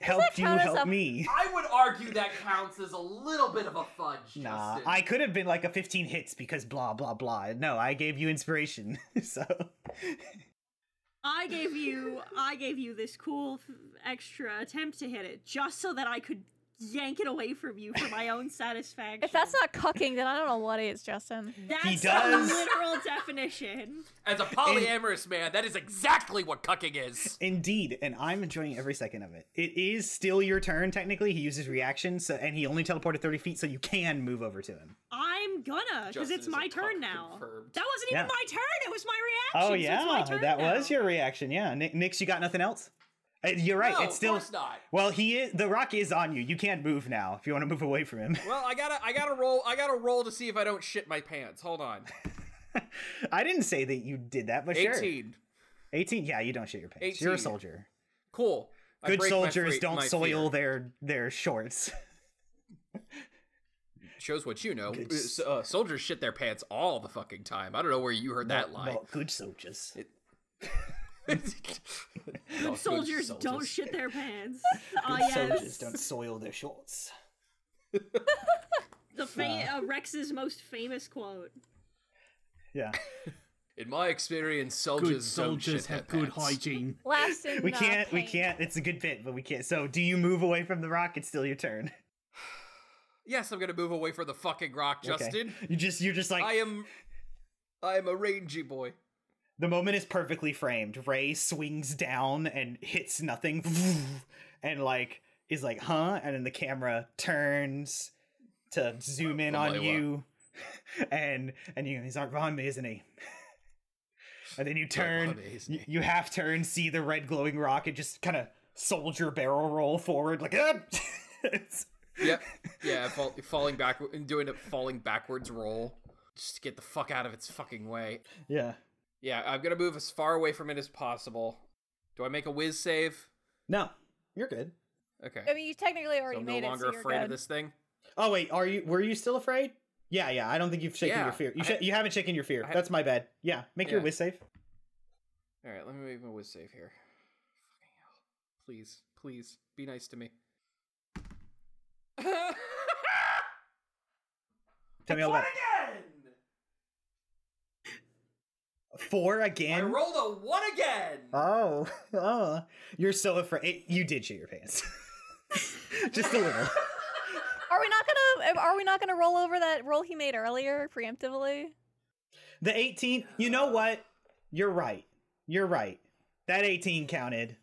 Speaker 1: helped you
Speaker 4: count as
Speaker 1: help
Speaker 4: a-
Speaker 5: [LAUGHS]
Speaker 1: me.
Speaker 6: I would argue that counts as a little bit of a fudge,
Speaker 1: Nah,
Speaker 6: Justin.
Speaker 1: I could have been like a 15 hits because blah, blah, blah. No, I gave you inspiration. [LAUGHS] so,
Speaker 3: I gave you. I gave you this cool f- extra attempt to hit it just so that I could yank it away from you for my own satisfaction.
Speaker 4: If that's not cucking, then I don't know what is, Justin.
Speaker 3: That's
Speaker 1: He does.
Speaker 3: the literal definition.
Speaker 6: As a polyamorous man, that is exactly what cucking is.
Speaker 1: indeed, and I'm enjoying every second of it. It is still your turn, technically. He uses reactions, so, and he only teleported 30 feet, so you can move over to him.
Speaker 3: I'm gonna, because
Speaker 5: Justin is
Speaker 3: it's
Speaker 5: a
Speaker 3: my
Speaker 5: cuck
Speaker 3: turn now.
Speaker 5: confirmed.
Speaker 3: That wasn't even
Speaker 1: Yeah.
Speaker 3: my turn. It was my reaction.
Speaker 1: Oh,
Speaker 3: so it's my
Speaker 1: yeah.
Speaker 3: turn
Speaker 1: that
Speaker 3: now.
Speaker 1: was your reaction. Yeah. Ni- Nix, you got nothing else? Uh, You're right.
Speaker 5: No,
Speaker 1: it's still.
Speaker 5: of course not.
Speaker 1: Well, he is. The rock is on you. You can't move now if you want to move away from him. [LAUGHS]
Speaker 5: Well, I gotta, I gotta roll, I gotta roll to see if I don't shit my pants.
Speaker 1: [LAUGHS]
Speaker 5: Hold on,
Speaker 1: I didn't say that you did that, but sure.
Speaker 5: eighteen.
Speaker 1: 18. Yeah, you don't shit your pants. You're a
Speaker 5: 18.
Speaker 1: soldier.
Speaker 5: Cool. I
Speaker 1: Good
Speaker 5: break my
Speaker 1: soldiers
Speaker 5: free-
Speaker 1: don't
Speaker 5: my
Speaker 1: soil
Speaker 5: fear.
Speaker 1: their their shorts.
Speaker 5: Shows what you know.
Speaker 1: Good
Speaker 5: Uh,
Speaker 1: s-
Speaker 5: uh, soldiers shit their pants all the fucking time. I don't know where you heard that line.
Speaker 1: [LAUGHS] Well, good soldiers.
Speaker 5: Good
Speaker 3: soldiers, don't
Speaker 5: soldiers.
Speaker 3: shit
Speaker 5: [LAUGHS]
Speaker 3: their pants.
Speaker 1: Good
Speaker 3: Ah,
Speaker 1: soldiers
Speaker 3: yes.
Speaker 1: don't soil their shorts.
Speaker 3: The fa- uh, Rex's most famous quote.
Speaker 1: Yeah.
Speaker 5: In my experience, soldiers
Speaker 2: Good
Speaker 5: don't shit
Speaker 2: soldiers
Speaker 5: their
Speaker 2: have good
Speaker 5: pants.
Speaker 2: hygiene.
Speaker 4: Last
Speaker 1: [LAUGHS]
Speaker 4: in
Speaker 1: We
Speaker 4: uh,
Speaker 1: can't we
Speaker 4: pain.
Speaker 1: can't it's a good bit, but we can't. So do you move away from the rock? It's still your turn. [LAUGHS]
Speaker 5: Yes, I'm gonna move away from the fucking rock,
Speaker 1: Okay.
Speaker 5: Justin.
Speaker 1: You just you're just like
Speaker 5: I am, I am a rangy boy.
Speaker 1: the moment is perfectly framed. Ray swings down and hits nothing [LAUGHS] and like is like, huh? And then the camera turns to zoom in on
Speaker 5: Lila.
Speaker 1: you. [LAUGHS] And and you he's like behind me, isn't he? [LAUGHS] And then you turn
Speaker 5: behind me, isn't
Speaker 1: you,
Speaker 5: he?
Speaker 1: you half turn, see the red glowing rock and just kinda soldier barrel roll forward like [LAUGHS] ah! It's-
Speaker 5: Yep. Yeah, fall, falling back and doing a falling backwards roll just to get the fuck out of its fucking way.
Speaker 1: Yeah.
Speaker 5: Yeah, I'm gonna move as far away from it as possible. Do I make a whiz save?
Speaker 1: No. You're good.
Speaker 5: Okay.
Speaker 4: I mean, you technically
Speaker 5: So
Speaker 4: already
Speaker 5: I'm no
Speaker 4: made
Speaker 5: longer
Speaker 4: it, so you're
Speaker 5: afraid
Speaker 4: good.
Speaker 5: of this thing.
Speaker 1: Oh wait, are you were you still afraid? Yeah, yeah. I don't think you've shaken
Speaker 5: Yeah,
Speaker 1: your fear. You
Speaker 5: I-
Speaker 1: sh- you haven't shaken your fear.
Speaker 5: I-
Speaker 1: That's my bad. Yeah, make your
Speaker 5: Yeah.
Speaker 1: whiz safe.
Speaker 5: All right, let me make my whiz save here. Fucking hell. Please, please be nice to me.
Speaker 1: [LAUGHS] Tell me all about
Speaker 6: again!
Speaker 1: it. Four
Speaker 6: I
Speaker 1: again.
Speaker 6: rolled a one again!
Speaker 1: Oh, [LAUGHS] oh, you're so afraid. It, you did shit your pants, [LAUGHS] just a little.
Speaker 4: Are we not gonna? Are we not gonna roll over that roll he made earlier preemptively?
Speaker 1: The 18. You know what? You're right. You're right. That 18 counted.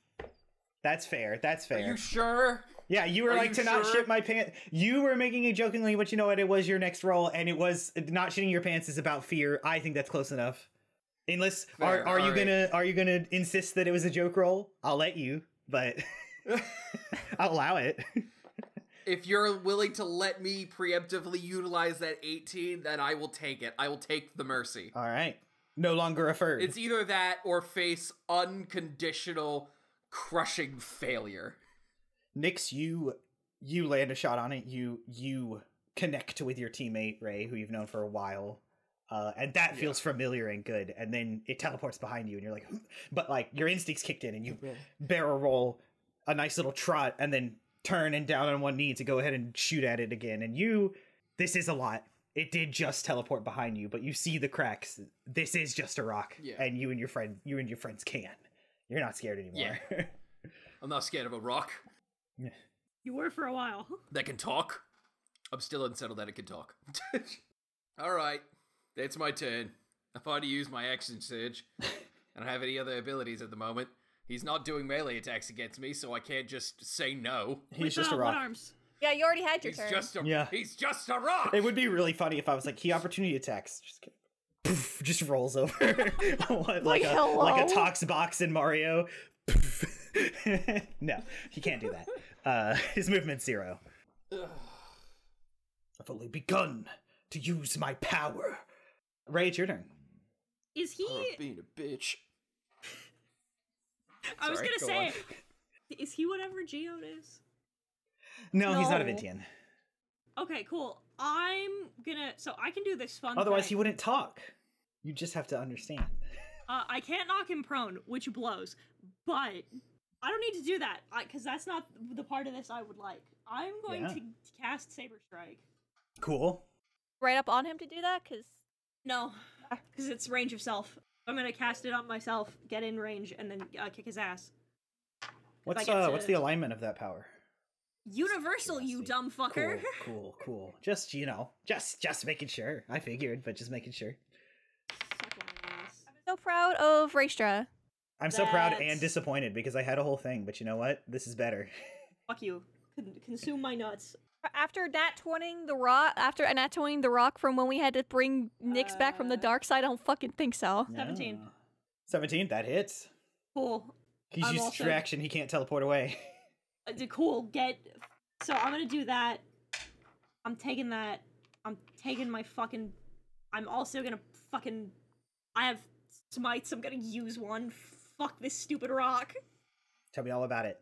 Speaker 1: That's fair. That's
Speaker 5: Are
Speaker 1: fair.
Speaker 5: you sure?
Speaker 1: yeah, you were
Speaker 5: are
Speaker 1: like
Speaker 5: you
Speaker 1: to not
Speaker 5: sure?
Speaker 1: shit my pants. You were making it jokingly, but you know what? It was your next roll, and it was not shitting your pants is about fear. I think that's close enough. Unless are
Speaker 5: Fair,
Speaker 1: are you
Speaker 5: alright.
Speaker 1: gonna are you gonna insist that it was a joke roll? I'll let you, but [LAUGHS] I'll allow it. [LAUGHS]
Speaker 5: If you're willing to let me preemptively utilize that 18, then I will take it. I will take the mercy.
Speaker 1: All right. No longer a furred.
Speaker 5: It's e- either that or face unconditional crushing failure.
Speaker 1: Nix, you you land a shot on it. You you connect with your teammate Ray, who you've known for a while, uh, and that feels familiar and good. And then it teleports behind you, and you're like, [GASPS] but like your instincts kicked in, and you barrel roll a nice little trot, and then turn and down on one knee to go ahead and shoot at it again. And you, this is a lot. It did just teleport behind you, but you see the cracks. This is just a rock,
Speaker 5: Yeah.
Speaker 1: and you and your friend, you and your friends can. You're not scared anymore.
Speaker 5: I'm not scared of a rock
Speaker 3: You were for a while.
Speaker 5: that can talk. I'm still unsettled that it can talk. [LAUGHS] All right, that's my turn. I've already used my
Speaker 4: [LAUGHS]
Speaker 5: action surge. I don't have any other abilities at the moment. He's not doing melee attacks against me, so I can't just say no.
Speaker 1: [LAUGHS] He's
Speaker 3: With,
Speaker 1: just a
Speaker 3: uh, what
Speaker 1: rock.
Speaker 3: arms?
Speaker 4: Yeah, you already had your
Speaker 5: He's
Speaker 4: turn.
Speaker 5: just a
Speaker 1: Yeah.
Speaker 5: he's just a rock.
Speaker 1: It would be really funny if I was like, he opportunity attacks. Just kidding. Poof, just rolls over [LAUGHS] What, like a
Speaker 4: hello?
Speaker 1: like a tox box in Mario. Poof. [LAUGHS] no, he can't do that. Uh, [LAUGHS] his movement's zero. I've only begun to use my power. Ray, it's your turn.
Speaker 3: Is he?
Speaker 5: being a bitch.
Speaker 3: I was
Speaker 5: Sorry,
Speaker 3: gonna
Speaker 5: go
Speaker 3: say,
Speaker 5: on.
Speaker 3: [LAUGHS] Is he whatever Geode is?
Speaker 1: No, he's not a
Speaker 4: No.
Speaker 1: Vintian.
Speaker 3: Okay, cool. I'm gonna. So I can do this fun.
Speaker 1: Otherwise,
Speaker 3: thing.
Speaker 1: he wouldn't talk. You just have to understand.
Speaker 3: Uh, I can't knock him prone, which blows. But I don't need to do that because that's not the part of this I would like. I'm going
Speaker 1: Yeah.
Speaker 3: to cast Saber Strike.
Speaker 1: Cool.
Speaker 4: Right up on him to do that, because
Speaker 3: No, because it's range of self. I'm gonna cast it on myself, get in range, and then uh, kick his ass. I
Speaker 1: What's
Speaker 3: get
Speaker 1: uh,
Speaker 3: to-
Speaker 1: what's the alignment of that power?
Speaker 3: Universal, you
Speaker 1: Curiosity.
Speaker 3: dumb fucker.
Speaker 1: Cool, cool, cool. Just you know, just just making sure. I figured, but just making sure.
Speaker 3: [LAUGHS] Suck my ass.
Speaker 4: so proud of Raistra.
Speaker 1: I'm so proud
Speaker 3: That's-
Speaker 1: and disappointed because I had a whole thing, but you know what? This is better.
Speaker 3: Fuck you. Con- consume my nuts.
Speaker 4: After nat twenty the rock, after nat twenty the rock from when we had to bring Nyx back from the
Speaker 3: Uh,
Speaker 4: dark side, I don't fucking think so. [GASPS]
Speaker 3: 17.
Speaker 1: Yeah. Seventeen. That hits.
Speaker 3: Cool.
Speaker 1: He's
Speaker 3: I'm
Speaker 1: used
Speaker 3: also-
Speaker 1: distraction. He can't teleport away. [LAUGHS]
Speaker 3: Uh, d- cool. Get. So I'm gonna do that. I'm taking that. I'm taking my fucking. I'm also gonna fucking. I have smites. I'm gonna use one. Fuck this stupid rock.
Speaker 1: Tell me all about it.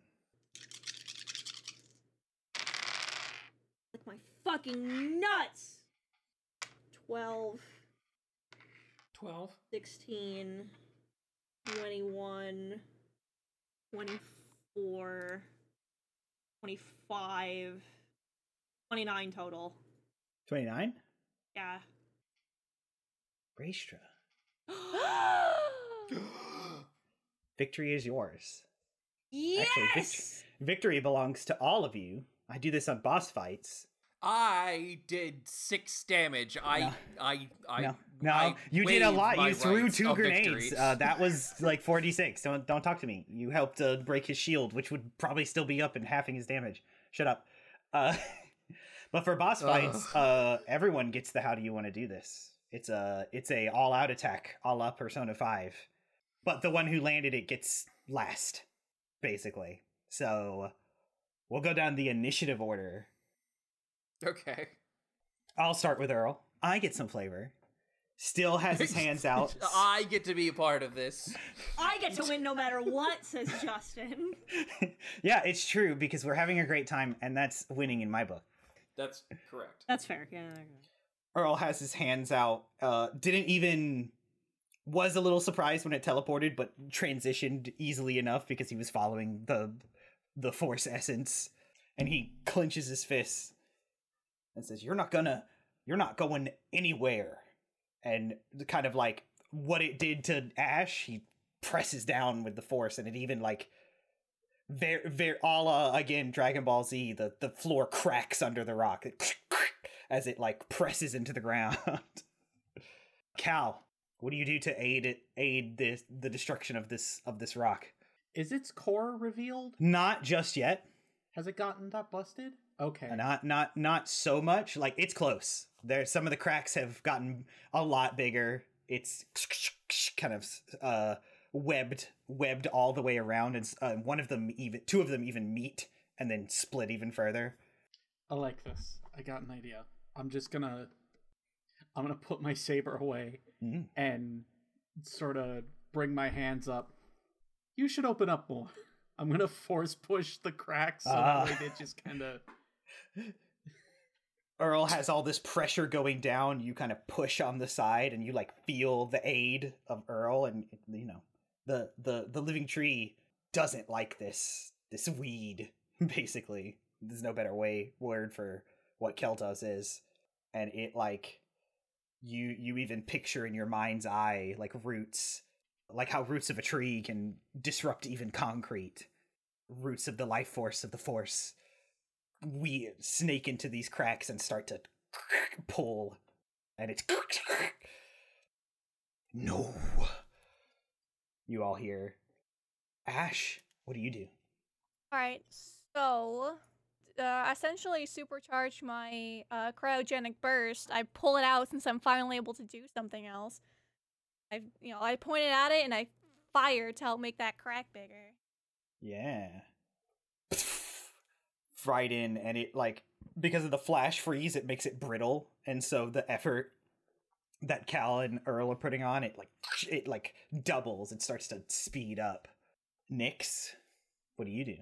Speaker 3: Like my fucking nuts. 12,
Speaker 5: 12.
Speaker 3: 16, 21, 24, 25, 29 total.
Speaker 1: Twenty nine.
Speaker 3: Yeah.
Speaker 1: Raistra.
Speaker 5: Wait,
Speaker 1: Victory is yours.
Speaker 3: yes!
Speaker 1: Victory belongs to all of you. I do this on boss fights.
Speaker 5: [GASPS] I did six damage. I,
Speaker 1: No.
Speaker 5: I, I,
Speaker 1: no, no,
Speaker 5: I
Speaker 1: you did a
Speaker 5: waived
Speaker 1: lot.
Speaker 5: my
Speaker 1: You threw
Speaker 5: rights
Speaker 1: two
Speaker 5: of victory.
Speaker 1: grenades. Uh, that was like forty six. Don't don't talk to me. You helped uh, break his shield, which would probably still be up and halving his damage. Shut up. Uh, [LAUGHS] but for boss
Speaker 5: Ugh.
Speaker 1: fights, uh, everyone gets the how do you want to do this. It's a it's a all out attack, a la Persona Five. But the one who landed it gets last, basically. So we'll go down the initiative order.
Speaker 5: [LAUGHS] Okay.
Speaker 1: I'll start with Earl. I get some flavor. Still has
Speaker 5: [LAUGHS]
Speaker 1: his hands out.
Speaker 5: I get to be a part of this.
Speaker 3: I get to win no [LAUGHS] matter what, says Justin.
Speaker 1: [LAUGHS] yeah, it's true because we're having a great time, and that's winning in my book.
Speaker 5: That's correct.
Speaker 3: That's fair. Yeah.
Speaker 1: Earl has his hands out. Uh, didn't even was a little surprised when it teleported, but transitioned easily enough because he was following the the force essence, and he clenches his fists and says, "You're not gonna, you're not going anywhere." And the kind of like what it did to Ash, he presses down with the force, and it even like. Very, very, a la again, Dragon Ball Z. The the floor cracks under the rock. [LAUGHS] as it like presses into the ground. [LAUGHS] Cal, what do you do to aid it, aid this the destruction of this of this rock?
Speaker 2: Is its core revealed?
Speaker 1: Not just yet.
Speaker 2: Has it gotten that busted? Okay.
Speaker 1: Not not not so much. Like it's close. There some of the cracks have gotten a lot bigger. It's [SNIFFS] kind of uh webbed webbed all the way around and s- uh, one of them even two of them even meet and then split even further.
Speaker 2: I like this. I got an idea. I'm just gonna I'm gonna put my saber away
Speaker 1: Mm.
Speaker 2: and sort of bring my hands up. You should open up more. [LAUGHS] I'm gonna force push the cracks so
Speaker 1: Ah.
Speaker 2: that way they just kind of
Speaker 1: Earl has all this pressure going down. You kind of push on the side, and you like feel the aid of Earl, and you know the the the living tree doesn't like this this weed. [LAUGHS] Basically, there's no better way word for what Kel does is, and it like you you even picture in your mind's eye like roots, like how roots of a tree can disrupt even concrete, roots of the life force of the force we snake into these cracks and start to pull and it's no you all hear ash what do you do
Speaker 4: All right, so uh, essentially supercharge my uh, cryogenic burst. I pull it out since I'm finally able to do something else. I, you know, I pointed at it and I fire to help make that crack bigger.
Speaker 1: yeah right in and it like because of the flash freeze it makes it brittle and so the effort that cal and earl are putting on it like it like doubles it starts to speed up nix what do you do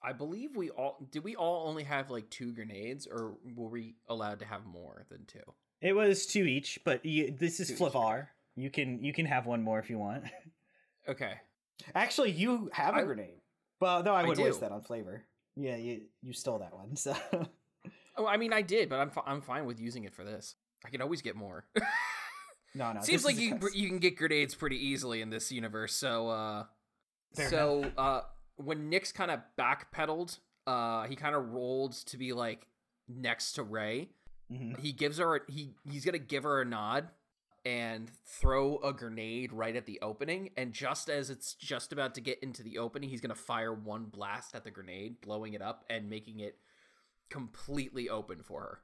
Speaker 5: I believe we all did. We all only have like two grenades, or were we allowed to have more than two?
Speaker 1: It was two each, but you, this is
Speaker 5: Two each,
Speaker 1: Flavar. You can you can have one more if you want. [LAUGHS]
Speaker 5: Okay.
Speaker 1: Actually, you have a
Speaker 5: I-
Speaker 1: grenade. Well, no, I
Speaker 5: I
Speaker 1: would waste
Speaker 5: do.
Speaker 1: that on flavor. Yeah, you you stole that one. So [LAUGHS]
Speaker 5: Oh, I mean, I did, but I'm fi- I'm fine with using it for this. I can always get more.
Speaker 1: no, no.
Speaker 5: [LAUGHS]
Speaker 1: this
Speaker 5: Seems like
Speaker 1: is a
Speaker 5: you
Speaker 1: test.
Speaker 5: you can get grenades pretty easily in this universe. So uh,
Speaker 1: Fair
Speaker 5: so uh, when Nick's kind of backpedaled, uh, he kind of rolled to be like next to Ray.
Speaker 1: Mhm.
Speaker 5: He gives her he he's gonna give her a nod and throw a grenade right at the opening. And just as it's just about to get into the opening, he's gonna fire one blast at the grenade, blowing it up and making it completely open for her.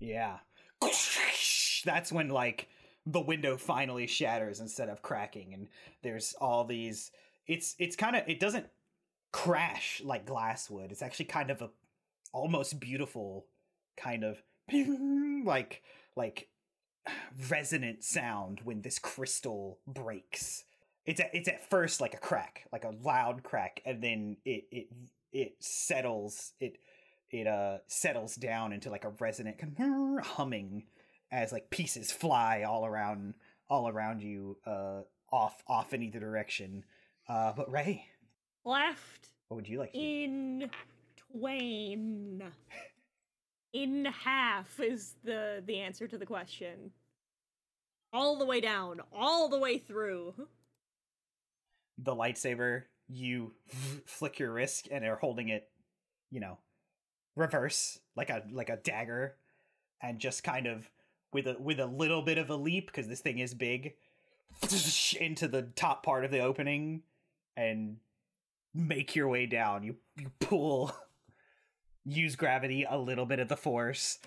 Speaker 1: Yeah. [LAUGHS] That's when like the window finally shatters instead of cracking and there's all these it's it's kind of it doesn't crash like glass would. It's actually kind of a almost beautiful kind of [LAUGHS] like like resonant sound when this crystal breaks. It's at, it's at first like a crack, like a loud crack and then it it it settles it it uh settles down into like a resonant kind of humming as like pieces fly all around all around you uh off off in either direction uh but ray
Speaker 3: Left
Speaker 1: what would you like to do?
Speaker 3: in twain. In half is the the answer to the question. All the way down, all the way through.
Speaker 1: the lightsaber you [LAUGHS] flick your wrist and are holding it you know reverse like a like a dagger and just kind of with a with a little bit of a leap because this thing is big [LAUGHS] into the top part of the opening and make your way down you you pull [LAUGHS] use gravity a little bit of the force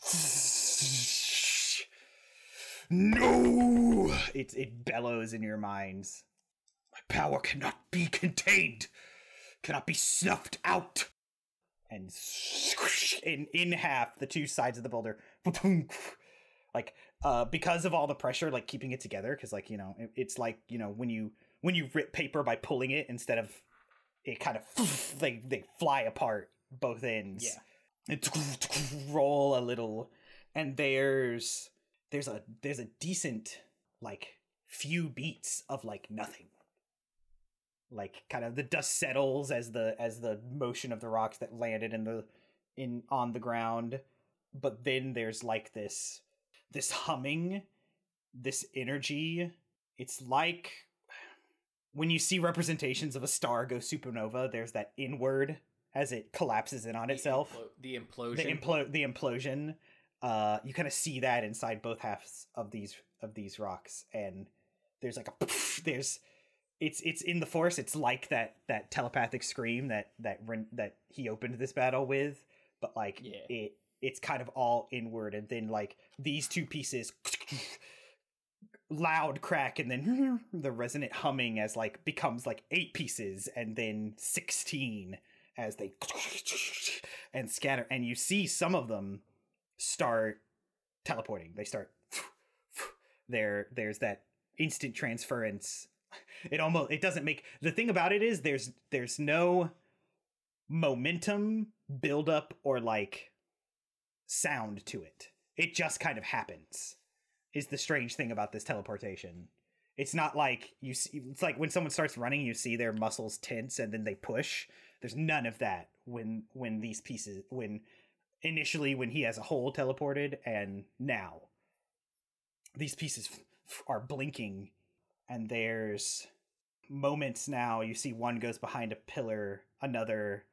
Speaker 1: [LAUGHS] no it it bellows in your minds my power cannot be contained, cannot be snuffed out. And squish, in in half the two sides of the boulder, like uh, because of all the pressure, like keeping it together, because like you know it- it's like you know when you when you rip paper by pulling it instead of it kind of they they fly apart both ends. Yeah, and roll a little, and there's there's a there's a decent like few beats of like nothing like kind of the dust settles as the as the motion of the rocks that landed in the in on the ground but then there's like this this humming this energy it's like when you see representations of a star go supernova there's that inward as it collapses in on itself
Speaker 5: The implosion.
Speaker 1: the implo- the implosion uh you kind of see that inside both halves of these of these rocks and there's like a there's it's it's in the force it's like that that telepathic scream that that Ren- that he opened this battle with but like
Speaker 5: Yeah.
Speaker 1: it it's kind of all inward and then like these two pieces loud crack and then the resonant humming as like becomes like eight pieces and then 16 as they and scatter and you see some of them start teleporting they start there there's that instant transference it almost it doesn't make the thing about it is there's there's no momentum buildup or like sound to it it just kind of happens is the strange thing about this teleportation it's not like you see it's like when someone starts running you see their muscles tense and then they push there's none of that when when these pieces when initially when he has a hole teleported and now these pieces f- f- are blinking and there's moments now you see one goes behind a pillar another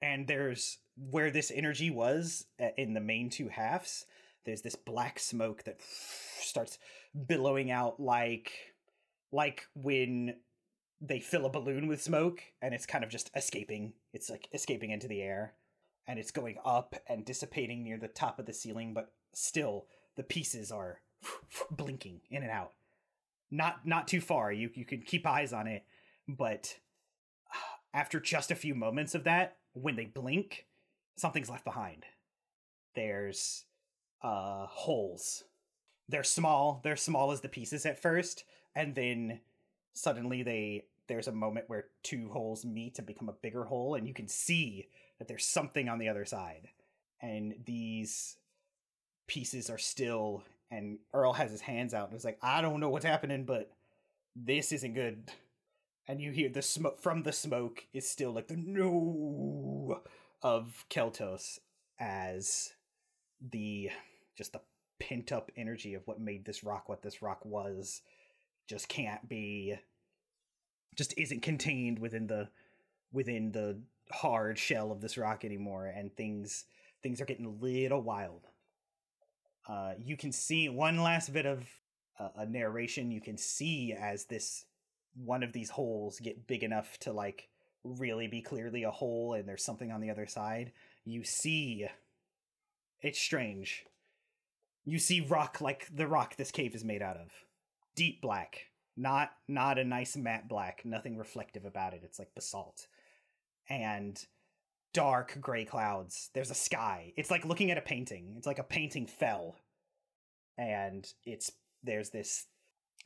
Speaker 1: and there's where this energy was uh, in the main two halves there's this black smoke that starts billowing out like like when they fill a balloon with smoke and it's kind of just escaping it's like escaping into the air and it's going up and dissipating near the top of the ceiling but still the pieces are blinking in and out not not too far you you can keep eyes on it but after just a few moments of that when they blink something's left behind there's uh holes they're small they're small as the pieces at first and then suddenly they there's a moment where two holes meet to become a bigger hole, and you can see that there's something on the other side. And these pieces are still, and Earl has his hands out and is like, I don't know what's happening, but this isn't good. And you hear the smoke from the smoke is still like the no of Keltos as the just the pent up energy of what made this rock what this rock was just can't be just isn't contained within the within the hard shell of this rock anymore and things things are getting a little wild uh you can see one last bit of uh, a narration you can see as this one of these holes get big enough to like really be clearly a hole and there's something on the other side you see it's strange you see rock like the rock this cave is made out of deep black not not a nice matte black nothing reflective about it it's like basalt and dark gray clouds there's a sky it's like looking at a painting it's like a painting fell and it's there's this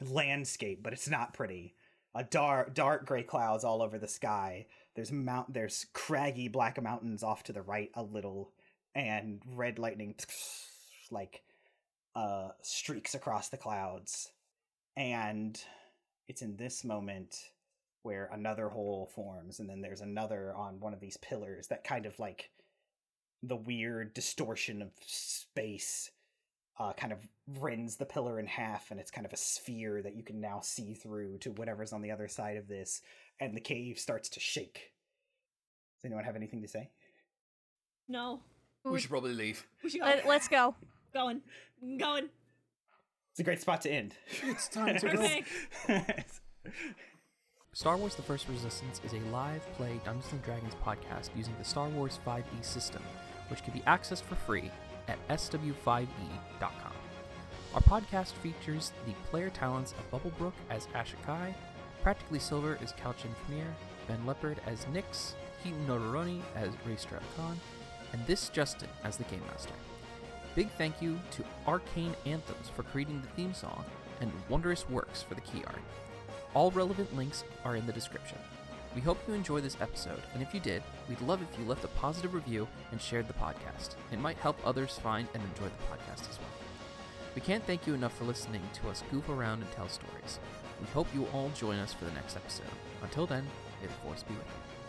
Speaker 1: landscape but it's not pretty a dark dark gray clouds all over the sky there's mount there's craggy black mountains off to the right a little and red lightning [SNIFFS] like uh streaks across the clouds and it's in this moment where another hole forms and then there's another on one of these pillars that kind of like the weird distortion of space uh, kind of rends the pillar in half and it's kind of a sphere that you can now see through to whatever's on the other side of this and the cave starts to shake does anyone have anything to say
Speaker 3: No.
Speaker 7: We should probably leave.
Speaker 3: We should go.
Speaker 4: Let, let's go.
Speaker 3: going. Going.
Speaker 1: it's a great spot to end
Speaker 2: It's time to go.
Speaker 3: Perfect.
Speaker 1: [LAUGHS]
Speaker 5: Star Wars The First Resistance is a live play Dungeons and Dragons podcast using the Star Wars 5e system, which can be accessed for free at sw5e.com. E Our podcast features the player talents of Bubblebrook as Ashakai, Practically Silver as Kalchin Premier, Ben Leopard as Nix, Keaton Notaroni as Ray Stratacon, and this Justin as the Game Master. Big thank you to Arcane Anthems for creating the theme song and Wondrous Works for the key art. All relevant links are in the description. We hope you enjoyed this episode, and if you did, we'd love if you left a positive review and shared the podcast. It might help others find and enjoy the podcast as well. We can't thank you enough for listening to us goof around and tell stories. We hope you all join us for the next episode. Until then, may the force be with you.